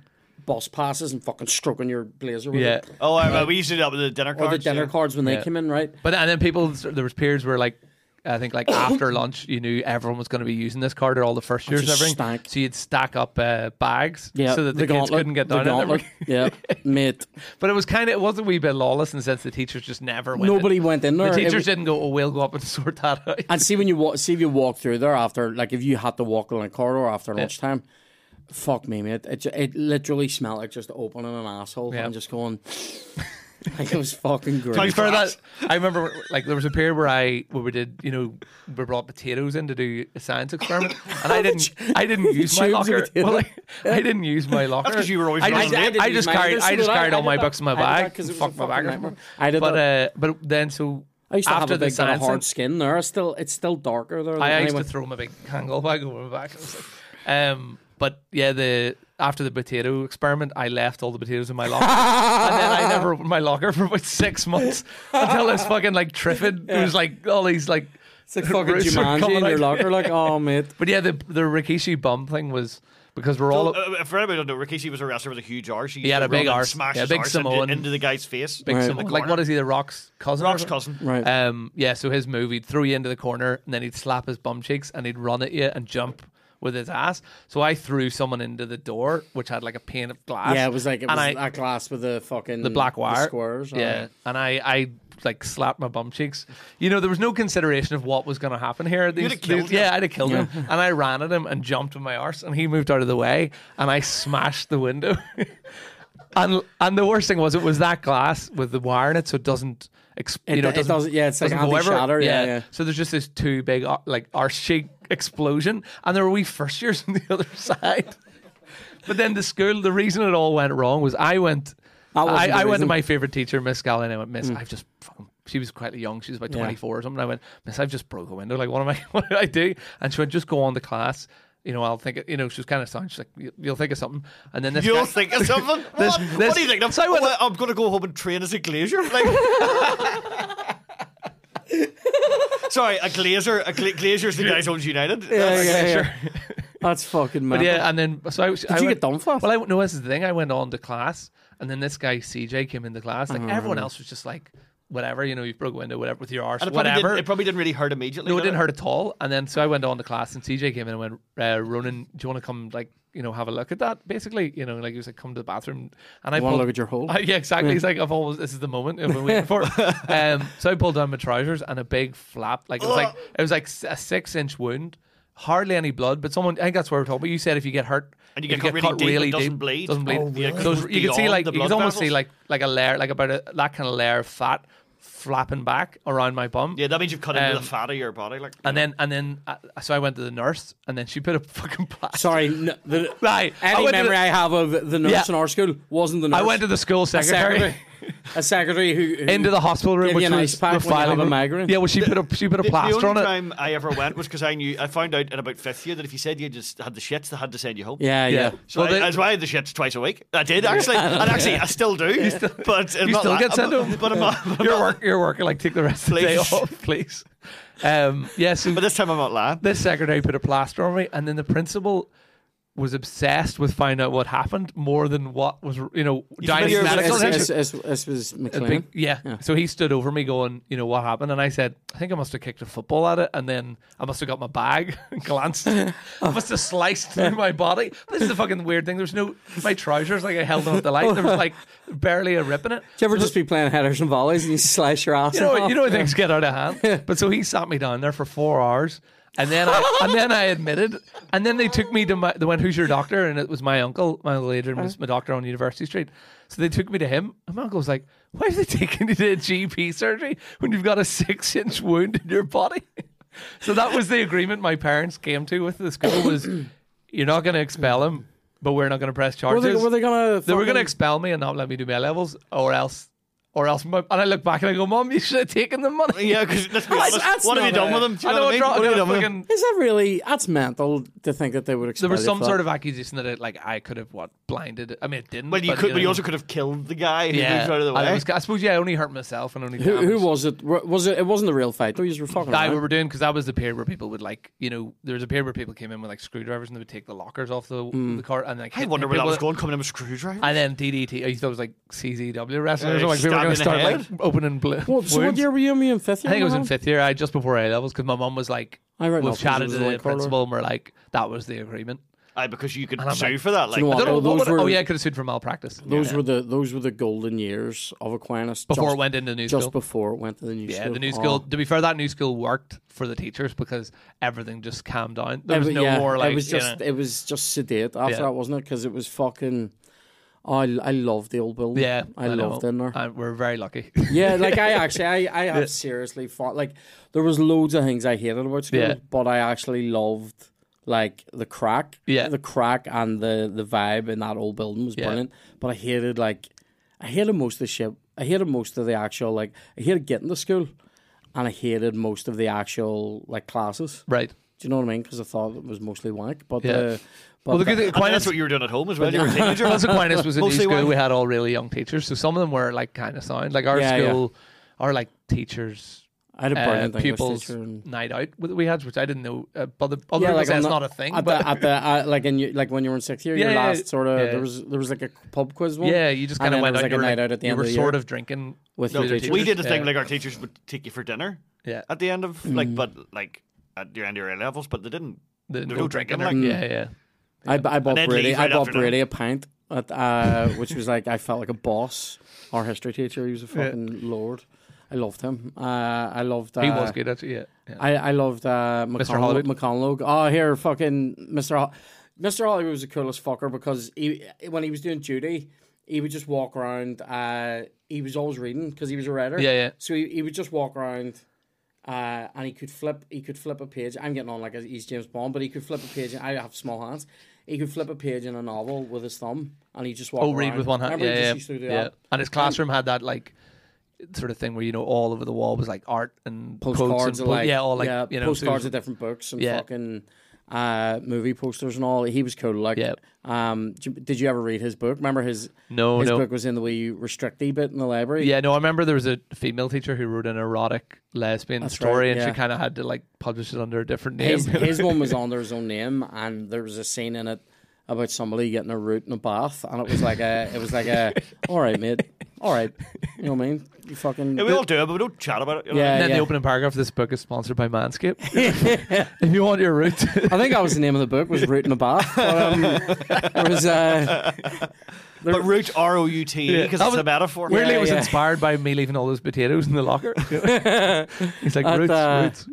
bus passes and fucking stroking your blazer with
Yeah.
it.
Oh, I remember. We used to do that with the dinner
Or
cards.
the dinner
yeah.
cards when
Yeah.
they came in, right?
But and then people there was periods where like I think like after lunch you knew everyone was going to be using this card or all the first years and
just
everything.
stank.
So you'd stack up uh, bags
Yeah,
so that the, kids couldn't get
the
down. and
gauntlet.
everything.
yeah, mate.
But it was kind of it was a wee bit lawless in the sense the teachers just never went. in.
Nobody went in there.
The
It
teachers
was-
didn't go. Oh, we'll go up and sort that out.
And see when you walk, see if you walk through there after, like if you had to walk along a corridor after lunchtime, fuck me, mate. It, ju- it literally smelled like just opening an asshole
Yeah.
and just going. like it was fucking
To be
great.
fair, that I remember, like there was a period where I where we did, you know, we brought potatoes in to do a science experiment, and I didn't, I didn't use my
tubes of
locker.
potato.
Well, I, I didn't use my locker
'cause you were always
I
running
just,
late. I
I,
didn't use
just
mine
carried,
either, so
I just
did I.
carried
I
all
did
my
that.
books in my
I did that
bag.
'cause it was a
Fuck my bag.
fucking
or something.
nightmare. I did
but
that.
uh, but then so
I used to
after
have a
the
big kind of
science
hard skin there. It's still it's still darker there.
I,
than
I used
anyone-
to throw my big Kangol bag over my back. It was like- um, but yeah, the after the potato experiment, I left all the potatoes in my locker, and then I never opened my locker for about six months until this fucking like Triffid, who's like all these like
It's like fucking
Roots are
Jumanji
coming
in your
out.
locker, like, oh mate.
But yeah, the the Rikishi bum thing was because we're
So,
all
uh, for anybody who doesn't know, Rikishi was a wrestler with a huge arse. He,
He had
used
a
to
big
run and
arse.
Smash
Yeah,
his
big
arse
Samoan.
into, into the guy's face.
big
Right.
Samoan- like what is he the Rock's cousin? or
Rock's
something?
cousin.
Right.
Um, yeah, so his move, he'd throw you into the corner and then he'd slap his bum cheeks and he'd run at you and jump with his ass. So I threw someone into the door, which had like a pane of glass.
yeah, it was like it was
and I-
a glass with the fucking
the black wire
squares.
Yeah, and I, I like slapped my bum cheeks. You know, there was no consideration of what was going to happen here. These,
You'd have killed
these-
him.
yeah, I'd have killed him, and I ran at him and jumped with my arse, and he moved out of the way, and I smashed the window. and and the worst thing was it was that glass with the wire in it, so it doesn't. Exp-
It
you know,
do- it doesn't- yeah, it's like
doesn't go ever-
anti-shatter, yeah, yeah.
So there's just this two big ar- like arse shake explosion, and there were we first years on the other side. But then the school, the reason it all went wrong was I went.
That wasn't
I,
the
I went to
reason. Mm.
my favorite teacher, Miss Galley, and I went, Miss, I've just fucking. She was quite young. She was about
Yeah.
24 or something. I went, Miss, I've just broke a window. Like, what am I? What do I do? And she went, just go on to class. You know, I'll think. It, you know, she was kind of sound. She's like, "You- you'll think of something. And then this.
You'll
guy-
think of something.
This-
what?
this-
what do you think? I'm,
So I went-
oh, I'm going to go home and train as a glazier. Like- sorry, a glazer. A gla- glazier's the guys owns United.
yeah,
That's-
yeah, yeah.
Sure.
That's fucking
But
mad.
yeah, and then so I, did I
you
went-
get done for it?
Well, I no. This is the thing. I went on to class, and then this guy CJ came into class. Like everyone
Mm.
else was just like, whatever. You know, you broke a window, whatever, with your arse,
And it probably,
whatever.
didn't, it probably didn't really hurt immediately.
No, it
did
didn't hurt at all. And then so I went on to class, and CJ came in and went, uh, "Ronan, do you want to come like you know have a look at that?" Basically, you know, like he was like, "Come to the bathroom," and I
wanna
pulled-
look at your hole?
Uh, yeah, exactly. He's like, "I've always this is the moment I've been waiting for." um, so I pulled down my trousers, and a big flap, like it was like it was like s- a six inch wound. Hardly any blood, but someone I think that's where we're talking. But you said if you get hurt
And you
if
get cut really deep, it doesn't bleed.
doesn't bleed.
Oh, really?
Those- you can see
Beyond
like
the
you
blood
can almost
vessels?
see like like a layer, like about a, that kind of layer of fat flapping back around my bum.
Yeah, that means you've cut into
Um,
the fat of your body. Like,
And then, and then, uh, so I went to the nurse, and then she put a fucking plaster.
Sorry, no, the,
Right, I
Any
went to
memory
the-
I have of the nurse
Yeah.
in our school wasn't the nurse.
I went to the school
a secretary,
secretary
a secretary who, who
into the hospital room,
Give
which
you an ice
was
pack when you
refiling
have a
room.
migraine.
Yeah, well, she put a she put a
the, the
plaster on
only
it.
time I ever went was because I knew I found out in about fifth year that if you said you just had the shits, they had to send you home.
Yeah, yeah.
yeah.
So
Well,
I,
they-
that's why I had the shits twice a week. I did actually, and actually I still do. But
you still get sent home.
But, I'm not, but, I'm
you're
not-
work, you're working. Like take the rest of the day
Please.
off, please. Um, yeah. So
but this time I'm not lying.
this secretary put a plaster on me, and then the principal was obsessed with finding out what happened more than what was you know down
familiar
his
with
medical
this-
attention.
As, as, as was
a
McLean.
big- yeah. So he stood over me going, you know, what happened? And I said, I think I must have kicked a football at it. And then I must have got my bag and glanced. I must have sliced through my body. This is the fucking weird thing. There's no, my trousers, like I held them up the light. There was like barely a rip in it.
Do you ever just be playing headers and volleys and you slice your ass?
You know,
off?
you know when things get out of hand. But so he sat me down there for four hours, and then I and then I admitted, and then they took me to my they went, "Who's your doctor?" And it was my uncle. My uncle Adrian was my doctor on University Street. So they took me to him, and my uncle was like, "Why have they taken you to GP surgery when you've got a six inch wound in your body?" So that was the agreement my parents came to with the school was, "You're not going to expel him, but we're not going to press
were
charges."
they, were they gonna?
They were going to
fucking-
expel me and not let me do my levels, or else, or else. My, and I look back and I go, "Mom, you should have taken the money."
Yeah, because let's be
That's-
honest.
that's
what have you
not
done
a-
with them? Do
I
you know,
know,
what I mean?
I
What have you
got
done
a
with them?
fucking-
Is that really? That's mental to think that they would.
There was some sort of accusation that it, like I could have what blinded. It. I mean, it didn't.
Well, you
but,
could, but you
know,
also could have killed the guy who
yeah.
moved out of the
and it
way.
was- I suppose yeah, I only hurt myself and only
Who, who
damaged
was it? Wa- Was it? It wasn't a real fight. Though you were fucking.
that we
around.
were doing because that was the period where people would like you know there was a period where people came in with like screwdrivers and they would take the lockers off the, the car and like
Hmm. I
hit-
wonder
hit
where that
people.
was going. Coming in with a screwdriver.
And then DDT, I thought it was like CZW wrestling.
Yeah,
or something. Like, people were
stab
going to
in the
start
head.
like opening bl-
Well, so what
wounds.
year were you in? Were you in fifth year?
I think it was in
Mohammed?
fifth year. I just before A levels because my mum was like,
Uh-huh. I reckon
we've
that's
chatted
because it
to the
was like
principal and we're like, that was the agreement.
Aye, because you could
I'm
sue
like,
for that. Like,
know
I
what?
don't know,
Although
what
those
would- oh
were-
yeah, I could have sued for malpractice
Those
Yeah.
were the those were the golden years of Aquinas
before
just,
it went into the new
just
school.
before it went to the new
yeah,
school.
the new
Oh.
school. To be fair, that new school worked for the teachers because everything just calmed down.
It
There was
wa-
no
yeah,
more like
it was
you
just
know-
it was just sedate after
Yeah.
that, wasn't it? Because it was fucking. Oh, I I loved the old building.
yeah.
I, loved
know.
in there.
And we're very lucky.
Yeah, like I actually, I, I have seriously fought. Like there was loads of things I hated about school,
Yeah.
but I actually loved like the crack.
Yeah.
the crack and the the vibe in that old building was
Yeah.
brilliant. But I hated like I hated most of the shit. I hated most of the actual like I hated getting to school, and I hated most of the actual like classes.
right.
Do you know what I mean? Because I thought it was mostly wank. But
Yeah.
uh, but
Well, the good thing,
and
Aquinas
that's what you were doing at home as well. You were a teenager.
Plus Aquinas was a new
Mostly
school.
white.
We had all really young teachers, so some of them were like kind of sound. Like our
Yeah, yeah.
school, our like teachers
I had a
uh,
brilliant English
pupils
teacher. And,
night out with- we had, which I didn't know. Uh, but the other
yeah,
people
like
say
on
it's
the-
not a thing.
At
but
the, at the uh, like in you, like when you were in sixth year, your
Yeah, yeah,
last sort of
yeah.
there was there was like a pub quiz one.
yeah, you just
And
kind of
then
went
there was
out.
like
you
a
were
night out at the
you
end
were
of the
sort
year.
of drinking
With
your
your
teachers.
teachers.
we did a thing
Yeah. Mm.
like our teachers would take you for dinner
Yeah,
at the end of like, but like at your end of your A levels, but they didn't.
the,
no
no
drinking,
drinking.
like-
Mm.
like, yeah, yeah.
I, b- I bought
then
Brady.
E
leave
I
right
bought
after that.
Brady a pint, at, uh, which was like I felt like a boss. Our history teacher, he was a fucking lord. I loved him. Uh, I loved. Uh,
He was good actually. Yeah, yeah.
I, I loved uh,
Mr.
McConaughey.
Hollywood.
McConaughey. Oh, here, fucking Mr. Ho- Mr. Hollywood was the coolest fucker because he when he was doing duty, he would just walk around. Uh, he was always reading because he was a writer.
Yeah, yeah.
So he, he would just walk around. Uh, and he could flip. He could flip a page. I'm getting on like a, he's James Bond, but he could flip a page. I have small hands. He could flip a page in a novel with his thumb, and he just walk.
Oh, read
around.
with one hand.
Remember he
Yeah,
just
yeah,
used to do
yeah.
that?
And his classroom had that like sort of thing where you know all over the wall was like art and quotes
postcards
and
of
po-
like
yeah, all like you know so it
postcards
was-
of different books and
Yeah.
fucking uh, movie posters and all. He was cool. Like,
Yeah.
um, d- did you ever read his book? Remember his
no,
his
no.
book was in the way you restricty bit in the library.
Yeah, no, I remember there was a female teacher who wrote an erotic lesbian
That's
story
right,
and
yeah.
she kind of had to like publish it under a different name.
his his one was under his own name, and there was a scene in it about somebody getting a root in a bath, and it was like a it was like a all right, mate, all right, you know what I mean? You fucking
Yeah, we all do it, but we don't chat about it. You know?
yeah,
and then
yeah.
the opening paragraph of this book is sponsored by Manscaped. if you want your route,
I think that was the name of the book was root in a bath. Um, there was uh,
But root R O U T
Yeah,
because
that
it's
was-
a metaphor.
weirdly,
Yeah,
it was
yeah.
inspired by me leaving all those potatoes in the locker. He's like,
At,
roots,
uh,
roots.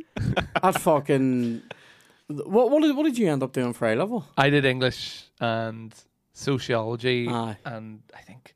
I'd fucking. What what did, what did you end up doing for A level?
I did English and sociology
Aye.
and I think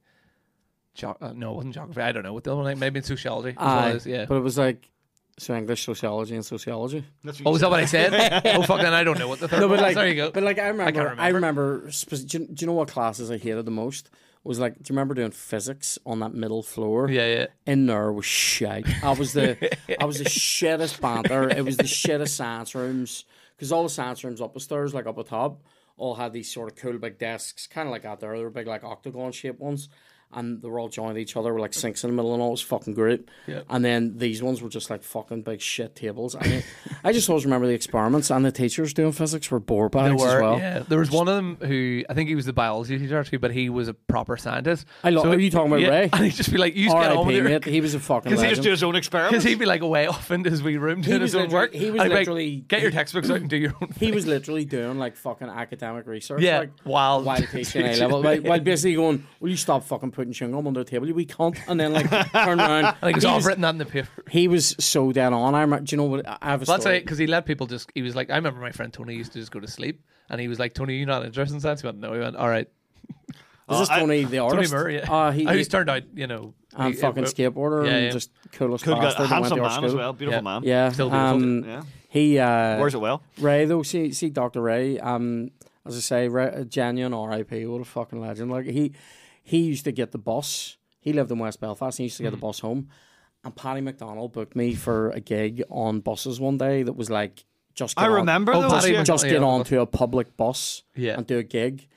geo- uh, no, it wasn't geography. I don't know what the other one. Maybe in sociology. That's what it
Aye,
is, yeah.
but it was like so English sociology and sociology.
That's what
Oh,
you
is that what I said? oh fuck, then I don't know what the third
No,
one
but like,
is. There you go.
but like I remember, I remember.
remember.
spe- do, you, do you know what classes I hated the most? Was like, do you remember doing physics on that middle floor?
yeah, yeah.
in there was shite. I was the I was the shittest banter. It was the shittest science rooms because all the science rooms up the stairs, like up the top, all had these sort of cool big desks, kind of like out there. They were big like octagon shaped ones, and they were all joined to each other with like sinks in the middle, and all it was fucking great.
Yeah.
And then these ones were just like fucking big shit tables. I mean, I just always remember the experiments and the teachers doing physics were bore
There
bags as
were,
well.
yeah. There was one of them who I think he was the biology teacher actually, but he was a proper scientist.
I love. are you talking about
yeah,
Ray?
And he'd just be like, "You just get on with
R.I.P. Mate,
it."
he was a fucking.
Because he
Legend.
just do his own experiments.
Because he'd be like away off into his wee room doing
was
his own
literally-
work.
he was
I'd be like,
literally-
get your textbooks out and do your own. Thing.
he was literally doing like fucking academic research.
Yeah,
like,
while
while teaching A level, like, while basically going, "Will you stop fucking putting chewing-gum under the table, you wee cunt?" And then like turn around.
Like it's
he,
all
was,
written that in the paper.
he was so dead on. I remember. Do you know what? I have a
Well, that's
story.
right, because he let people just. He was like, I remember my friend Tony used to just go to sleep, and he was like, Tony, you're not interested in science. He went, no, he went, all right.
Is this
Oh, I-
Tony the
Tony
artist?
Murray. Yeah.
Uh, he,
he,
he,
he's turned out, you know,
and
he-
fucking
uh,
skateboarder
Yeah,
and
yeah.
just coolest
Could got
bastard.
a
and went
handsome
to our
man as
school.
well, beautiful
Yeah.
man.
Yeah.
Still beautiful.
um,
yeah.
He uh,
Wears it well.
Ray though, see, see Doctor Ray. Um, as I say, Ray, a genuine R.I.P. What a fucking legend! Like he, he used to get the bus. He lived in West Belfast. He used to get the bus home. And Paddy McDonald booked me for a gig on buses one day. That was like just. Get
I
on-
remember
Oh,
those.
Paddy
Yeah.
Mc-
just
Yeah.
get onto a public bus
Yeah.
and do a gig.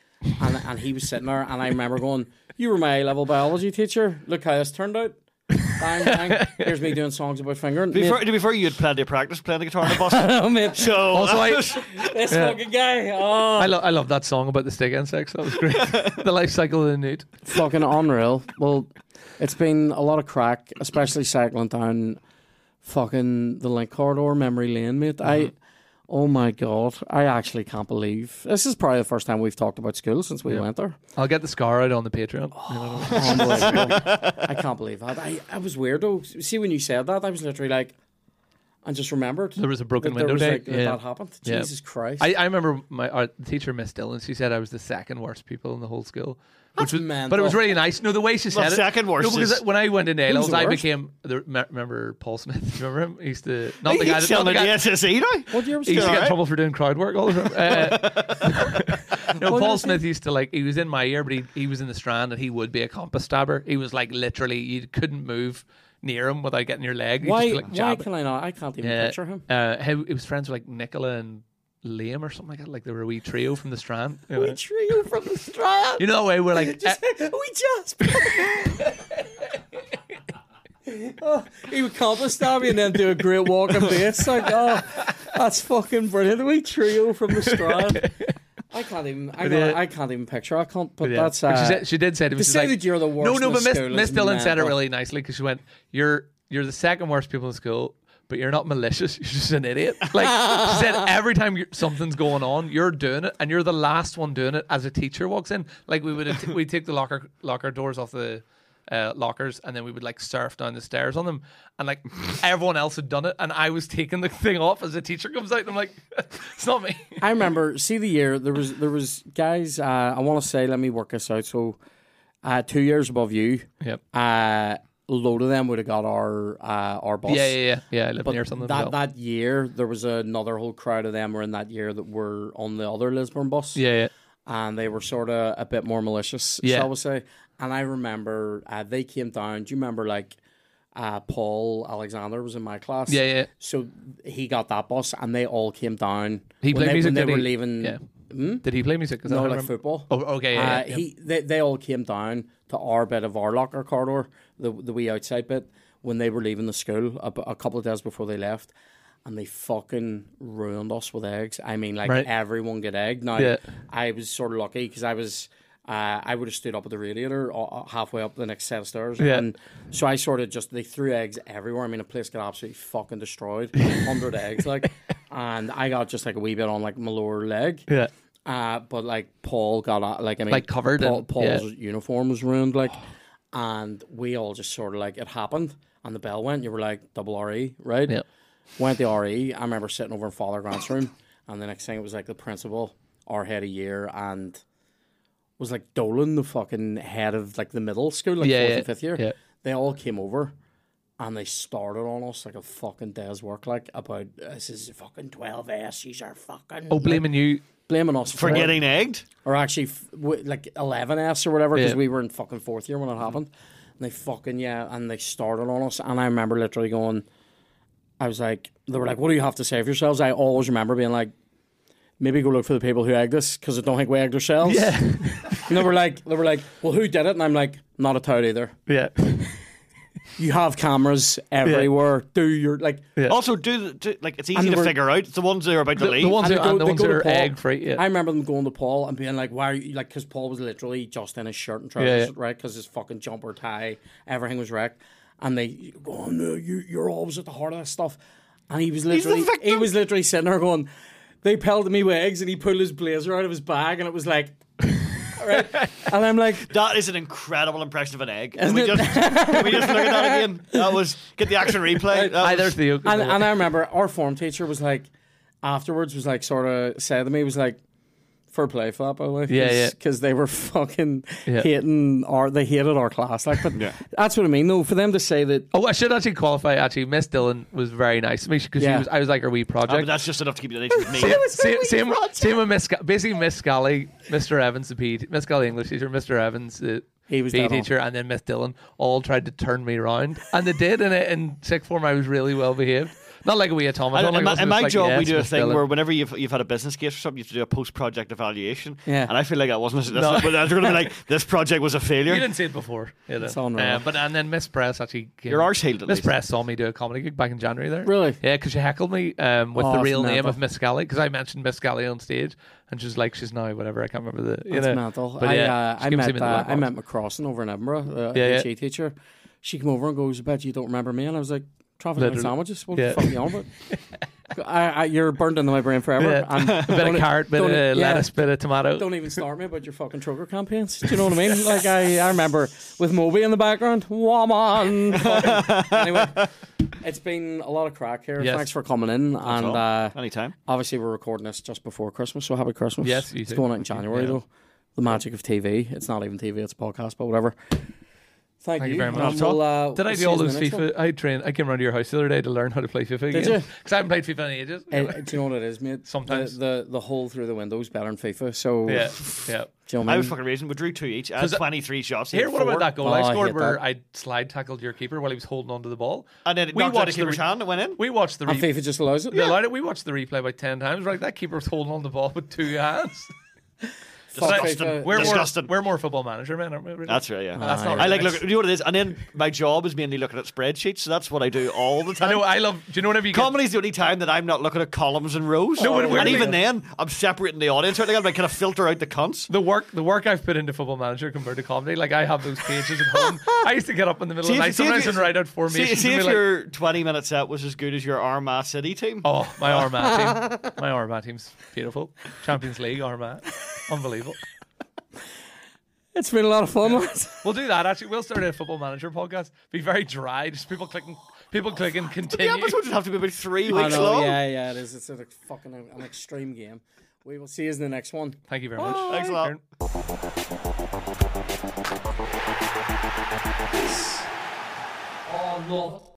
And, and he was sitting there, and I remember going, You were my A level biology teacher. Look how this turned out. Bang, bang. Here's me doing songs about fingering.
To be
Mate,
fair- to be fair, you had plenty of practice playing the guitar on the bus.
oh, mate,
So
Also, I,
this fucking guy. Oh.
I, lo- I love that song about the stick insects. That was great. the life cycle of the newt.
fucking unreal. Well, it's been a lot of crack, especially cycling down fucking the link corridor, memory lane, mate. I,
Mm-hmm.
oh my god, I actually can't believe this is probably the first time we've talked about school since we went there.
I'll get the scar out on the
Oh,
Patreon.
Unbelievable. I can't believe that. I, I was weirdo. See, when you said that, I was literally like, and just remembered
There was a broken
that there
window
was
day.
like, that,
Yeah.
that happened.
Yeah.
Jesus Christ.
I, I remember my our teacher, Miss Dillon, she said I was the second worst people in the whole school. Which was, but it was
mental.
really nice. No, the way she said
Well,
it.
second worst
No, because
is-
when I went into A levels,
the
I
worst?
became. The, me- remember Paul Smith? Do you remember him? He used to not the guy
he's
that not the
selling the E,
guy,
SSE now.
what year was
he used to
that?
get in
Alright.
trouble for doing crowd work all the time. Uh, no,
What
Paul
was
Smith used to like. He was in my ear, but he, he was in the strand, and he would be a compass stabber. He was like literally, you couldn't move near him without getting your leg. He'd
Why,
just be, like,
why
jabbing.
can I not? I can't even picture him.
Uh, he, he was friends with like Nicola and Liam or something like that. Like they were a wee trio from the Strand. You know,
trio from the Strand.
you know that way we're like, eh,
we just. oh, he would counter stab you and then do a great walk and base. Like, oh, that's fucking brilliant. The wee trio from the Strand. I can't even. I,
Yeah.
can't, I can't even picture. I can't. But
Yeah.
that's.
But she,
Uh,
said, she did say to me,
to
she's
say
like,
that you're the worst.
No, no,
in
but
the
Miss,
school
Miss
is
Dillon said it
mental.
really nicely because she went, "You're you're the second worst people in school, but you're not malicious. You're just an idiot." Like she said, every time you something's going on, you're doing it, and you're the last one doing it as a teacher walks in. Like we would we take the locker locker doors off the. Uh, lockers and then we would like surf down the stairs on them and like everyone else had done it and I was taking the thing off as the teacher comes out and I'm like it's not me
I remember. See the year there was there was guys. Uh, I want to say. Let me work this out. So, uh, two years above you.
yep
Uh, a load of them would have got our uh, our bus.
yeah yeah yeah yeah I live
But
near something as
that
well.
that year there was another whole crowd of them were in that year that were on the other Lisbon bus.
yeah yeah
and they were sort of a bit more malicious,
Yeah.
shall we say. And I remember uh, they came down. Do you remember like uh, Paul Alexander was in my class?
yeah yeah
So he got that bus, and they all came down. when
He played
they,
music.
when they
did
were
he?
leaving.
Yeah.
Hmm?
Did he play music? Is that
No,
how I
like
remember?
football.
Oh, okay. Yeah,
Uh,
yeah, yeah.
he they, they all came down to our bit of our locker corridor, the the wee outside bit, when they were leaving the school a, a couple of days before they left, and they fucking ruined us with eggs. I mean, like
Right.
everyone got egged. Now
Yeah.
I was sort of lucky because I was. Uh, I would have stood up at the radiator uh, uh, halfway up the next set of stairs,
Yeah.
and so I sort of just they threw eggs everywhere. I mean, the place got absolutely fucking destroyed, hundred eggs, like, and I got just like a wee bit on like my lower leg,
yeah.
uh, but like Paul got out, like I mean,
Like, covered
Paul,
in-
Paul's
yeah.
uniform was ruined, like, and we all just sort of like it happened, and the bell went. You were like double RE, right?
Yep.
Went the RE. I remember sitting over in Father Grant's room, and the next thing it was like the principal, our head of year, and was like Dolan, the fucking head of like the middle school, like
Yeah,
fourth
yeah,
and fifth year.
yeah.
They all came over. And they started on us like a fucking day's work, like about this is fucking twelve S. These are fucking
Oh, blaming you.
blaming us
for
it
getting egged.
or actually f- w- like 11s or whatever because
Yeah.
we were in fucking fourth year when it happened and they fucking yeah and they started on us and i remember literally going i was like they were like what do you have to say for yourselves i always remember being like maybe go look for the people who egged us because i don't think we egged ourselves yeah. and they were like they were like well who did it and i'm like not a toad either
Yeah.
you have cameras everywhere do your like
Yeah.
Also, do, the, do like it's
And
easy to
we're-
figure out. It's the ones that are about to
The,
leave.
the ones
And
who
they go-
and the
they
ones
go
who
to
are
Paul.
egg free. Yeah.
I remember them going to Paul and being like, "Why are you like?" Because Paul was literally just in his shirt and trousers,
Yeah,
right?
yeah.
'Cause right? Because his fucking jumper tie, everything was wrecked, and they go, oh, "No, you you're always at the heart of this stuff." And he was
the
literally he
victim.
was literally sitting there going, "They pelted me with eggs," and he pulled his blazer out of his bag, and it was like, right? And I'm like,
That is an incredible impression of an egg. Can
Isn't
we,
it?
just, can we just look at that again? That was get the action replay. That
Either
was-
Theo.
and, and I remember our form teacher was like, afterwards was like, sort of said to me, was like, for play for that, by the way.
Yeah, yeah.
Because they were fucking
Yeah.
hating our, they hated our class. Like, but
Yeah.
that's what I mean, though, for them to say that,
oh, I should actually qualify. Actually, Miss Dillon was very nice to me because
Yeah.
she was. I was like her wee
Ah, but
project.
that's just enough to keep you in the me.
same, same, same with Miss, Sc- basically Miss Scully, Mr. Evans, the PE, t- Miss Scully English teacher, Mr. Evans, the
He was
PE
dead on.
teacher, and then Miss Dillon all tried to turn me around, and they did. And in, in sick form, I was really well behaved, not like a wee automaton.
And
like,
in my,
wasn't just
in my
like,
job, we
yes,
do a
Miss
thing
Dillon.
where whenever you've you've had a business case or something, you have to do a post-project evaluation.
Yeah.
And I feel like that wasn't. That's
No.
not, but that's going to be like this project was a
You
failure.
didn't see it before. You know.
all normal.
Uh, but and then Miss Press actually. Came,
Your arse healed at
Miss
least.
Press saw me do a comedy gig back in January there.
Really?
Yeah, because she heckled me um, with
Oh,
the
that's
real name
mental.
of Miss Scally because I mentioned Miss Scally on stage and she's like, she's now whatever. I can't remember the. You
that's
know.
mental.
But
I,
yeah,
uh,
she
I
came to
met,
see me in the
uh,
black
I
box.
met McCrossan over in Edinburgh, the
Yeah, yeah.
HE teacher. She came over and goes, I bet you don't remember me. And I was like, Traffic and
Literally.
sandwiches? What
Yeah.
the fuck are you on about? I, I, you're burned into my brain forever.
Yeah.
And
A bit of
don't-
carrot, bit
don't-
of
yeah.
lettuce, bit of tomato.
don't even start me about your fucking trucker campaigns. Do you know what I mean? Like I, I remember with Moby in the background. Woman. Fucking- anyway, it's been a lot of crack here.
Yes.
Thanks for coming in, and
Well,
uh,
anytime.
obviously we're recording this just before Christmas. So happy Christmas!
Yes, you
it's
too.
going out in January
Yeah.
though. The magic of TV. It's not even TV. It's a podcast, but whatever. Thank,
you very
and
much.
we'll, uh,
Did I
we'll see
do all
you in
those
the next one.
FIFA? I trained. I came around to your house the other day to learn how to play FIFA.
Did
again.
you?
Because I haven't played FIFA in ages.
Uh, do you know what it is, mate?
Sometimes.
the the, the hole through the window is better in FIFA. So
yeah, yeah.
do you know what I
I
mean?
was fucking reason. We drew two each. I had
'Cause-
23 shots.
uh,
he
Here,
had
what about
four.
that goal
Oh, I
I scored
hate
where
that.
I slide tackled your keeper while he was holding onto the ball?
And then it
we
knocked out the
watched the
keeper's
re-
hand. It went in.
we watched the
and
replay.
FIFA just allows it.
They allowed it. We watched the replay about ten times. We're like that keeper was holding on the ball with two hands.
Disgusting.
We're more,
Disgusting.
we're more football manager, man, aren't we? really?
That's right, yeah.
That's not
I
really
like
nice.
look. You know what it is, and then my job is mainly looking at spreadsheets, so that's what I do all the time.
I know. I love. Do you know whenever you get
Comedy's the only time that I'm not looking at columns and rows.
No, but
and
weirdly-
even then, I'm separating the audience. Right, like, I kind of filter out the cunts.
the work the work I've put into Football Manager compared to comedy, like I have those pages at home. I used to get up in the middle of the night
if
sometimes
you-
and write out
see,
formations.
see
and
if
be like,
your 20 minute set was as good as your Armagh City team.
Oh, my Armagh team. My Armagh team's beautiful. Champions League Armagh. Unbelievable.
It's been a lot of fun, lads.
We'll do that actually. We'll start a football manager podcast. Be very dry. Just people clicking people clicking
the
continue.
episode would have to be about three
I
weeks
know,
long.
Yeah, yeah, it is. It's a fucking an extreme game. We will see you in the next one.
Thank you very much.
Thanks a lot.
Oh, no.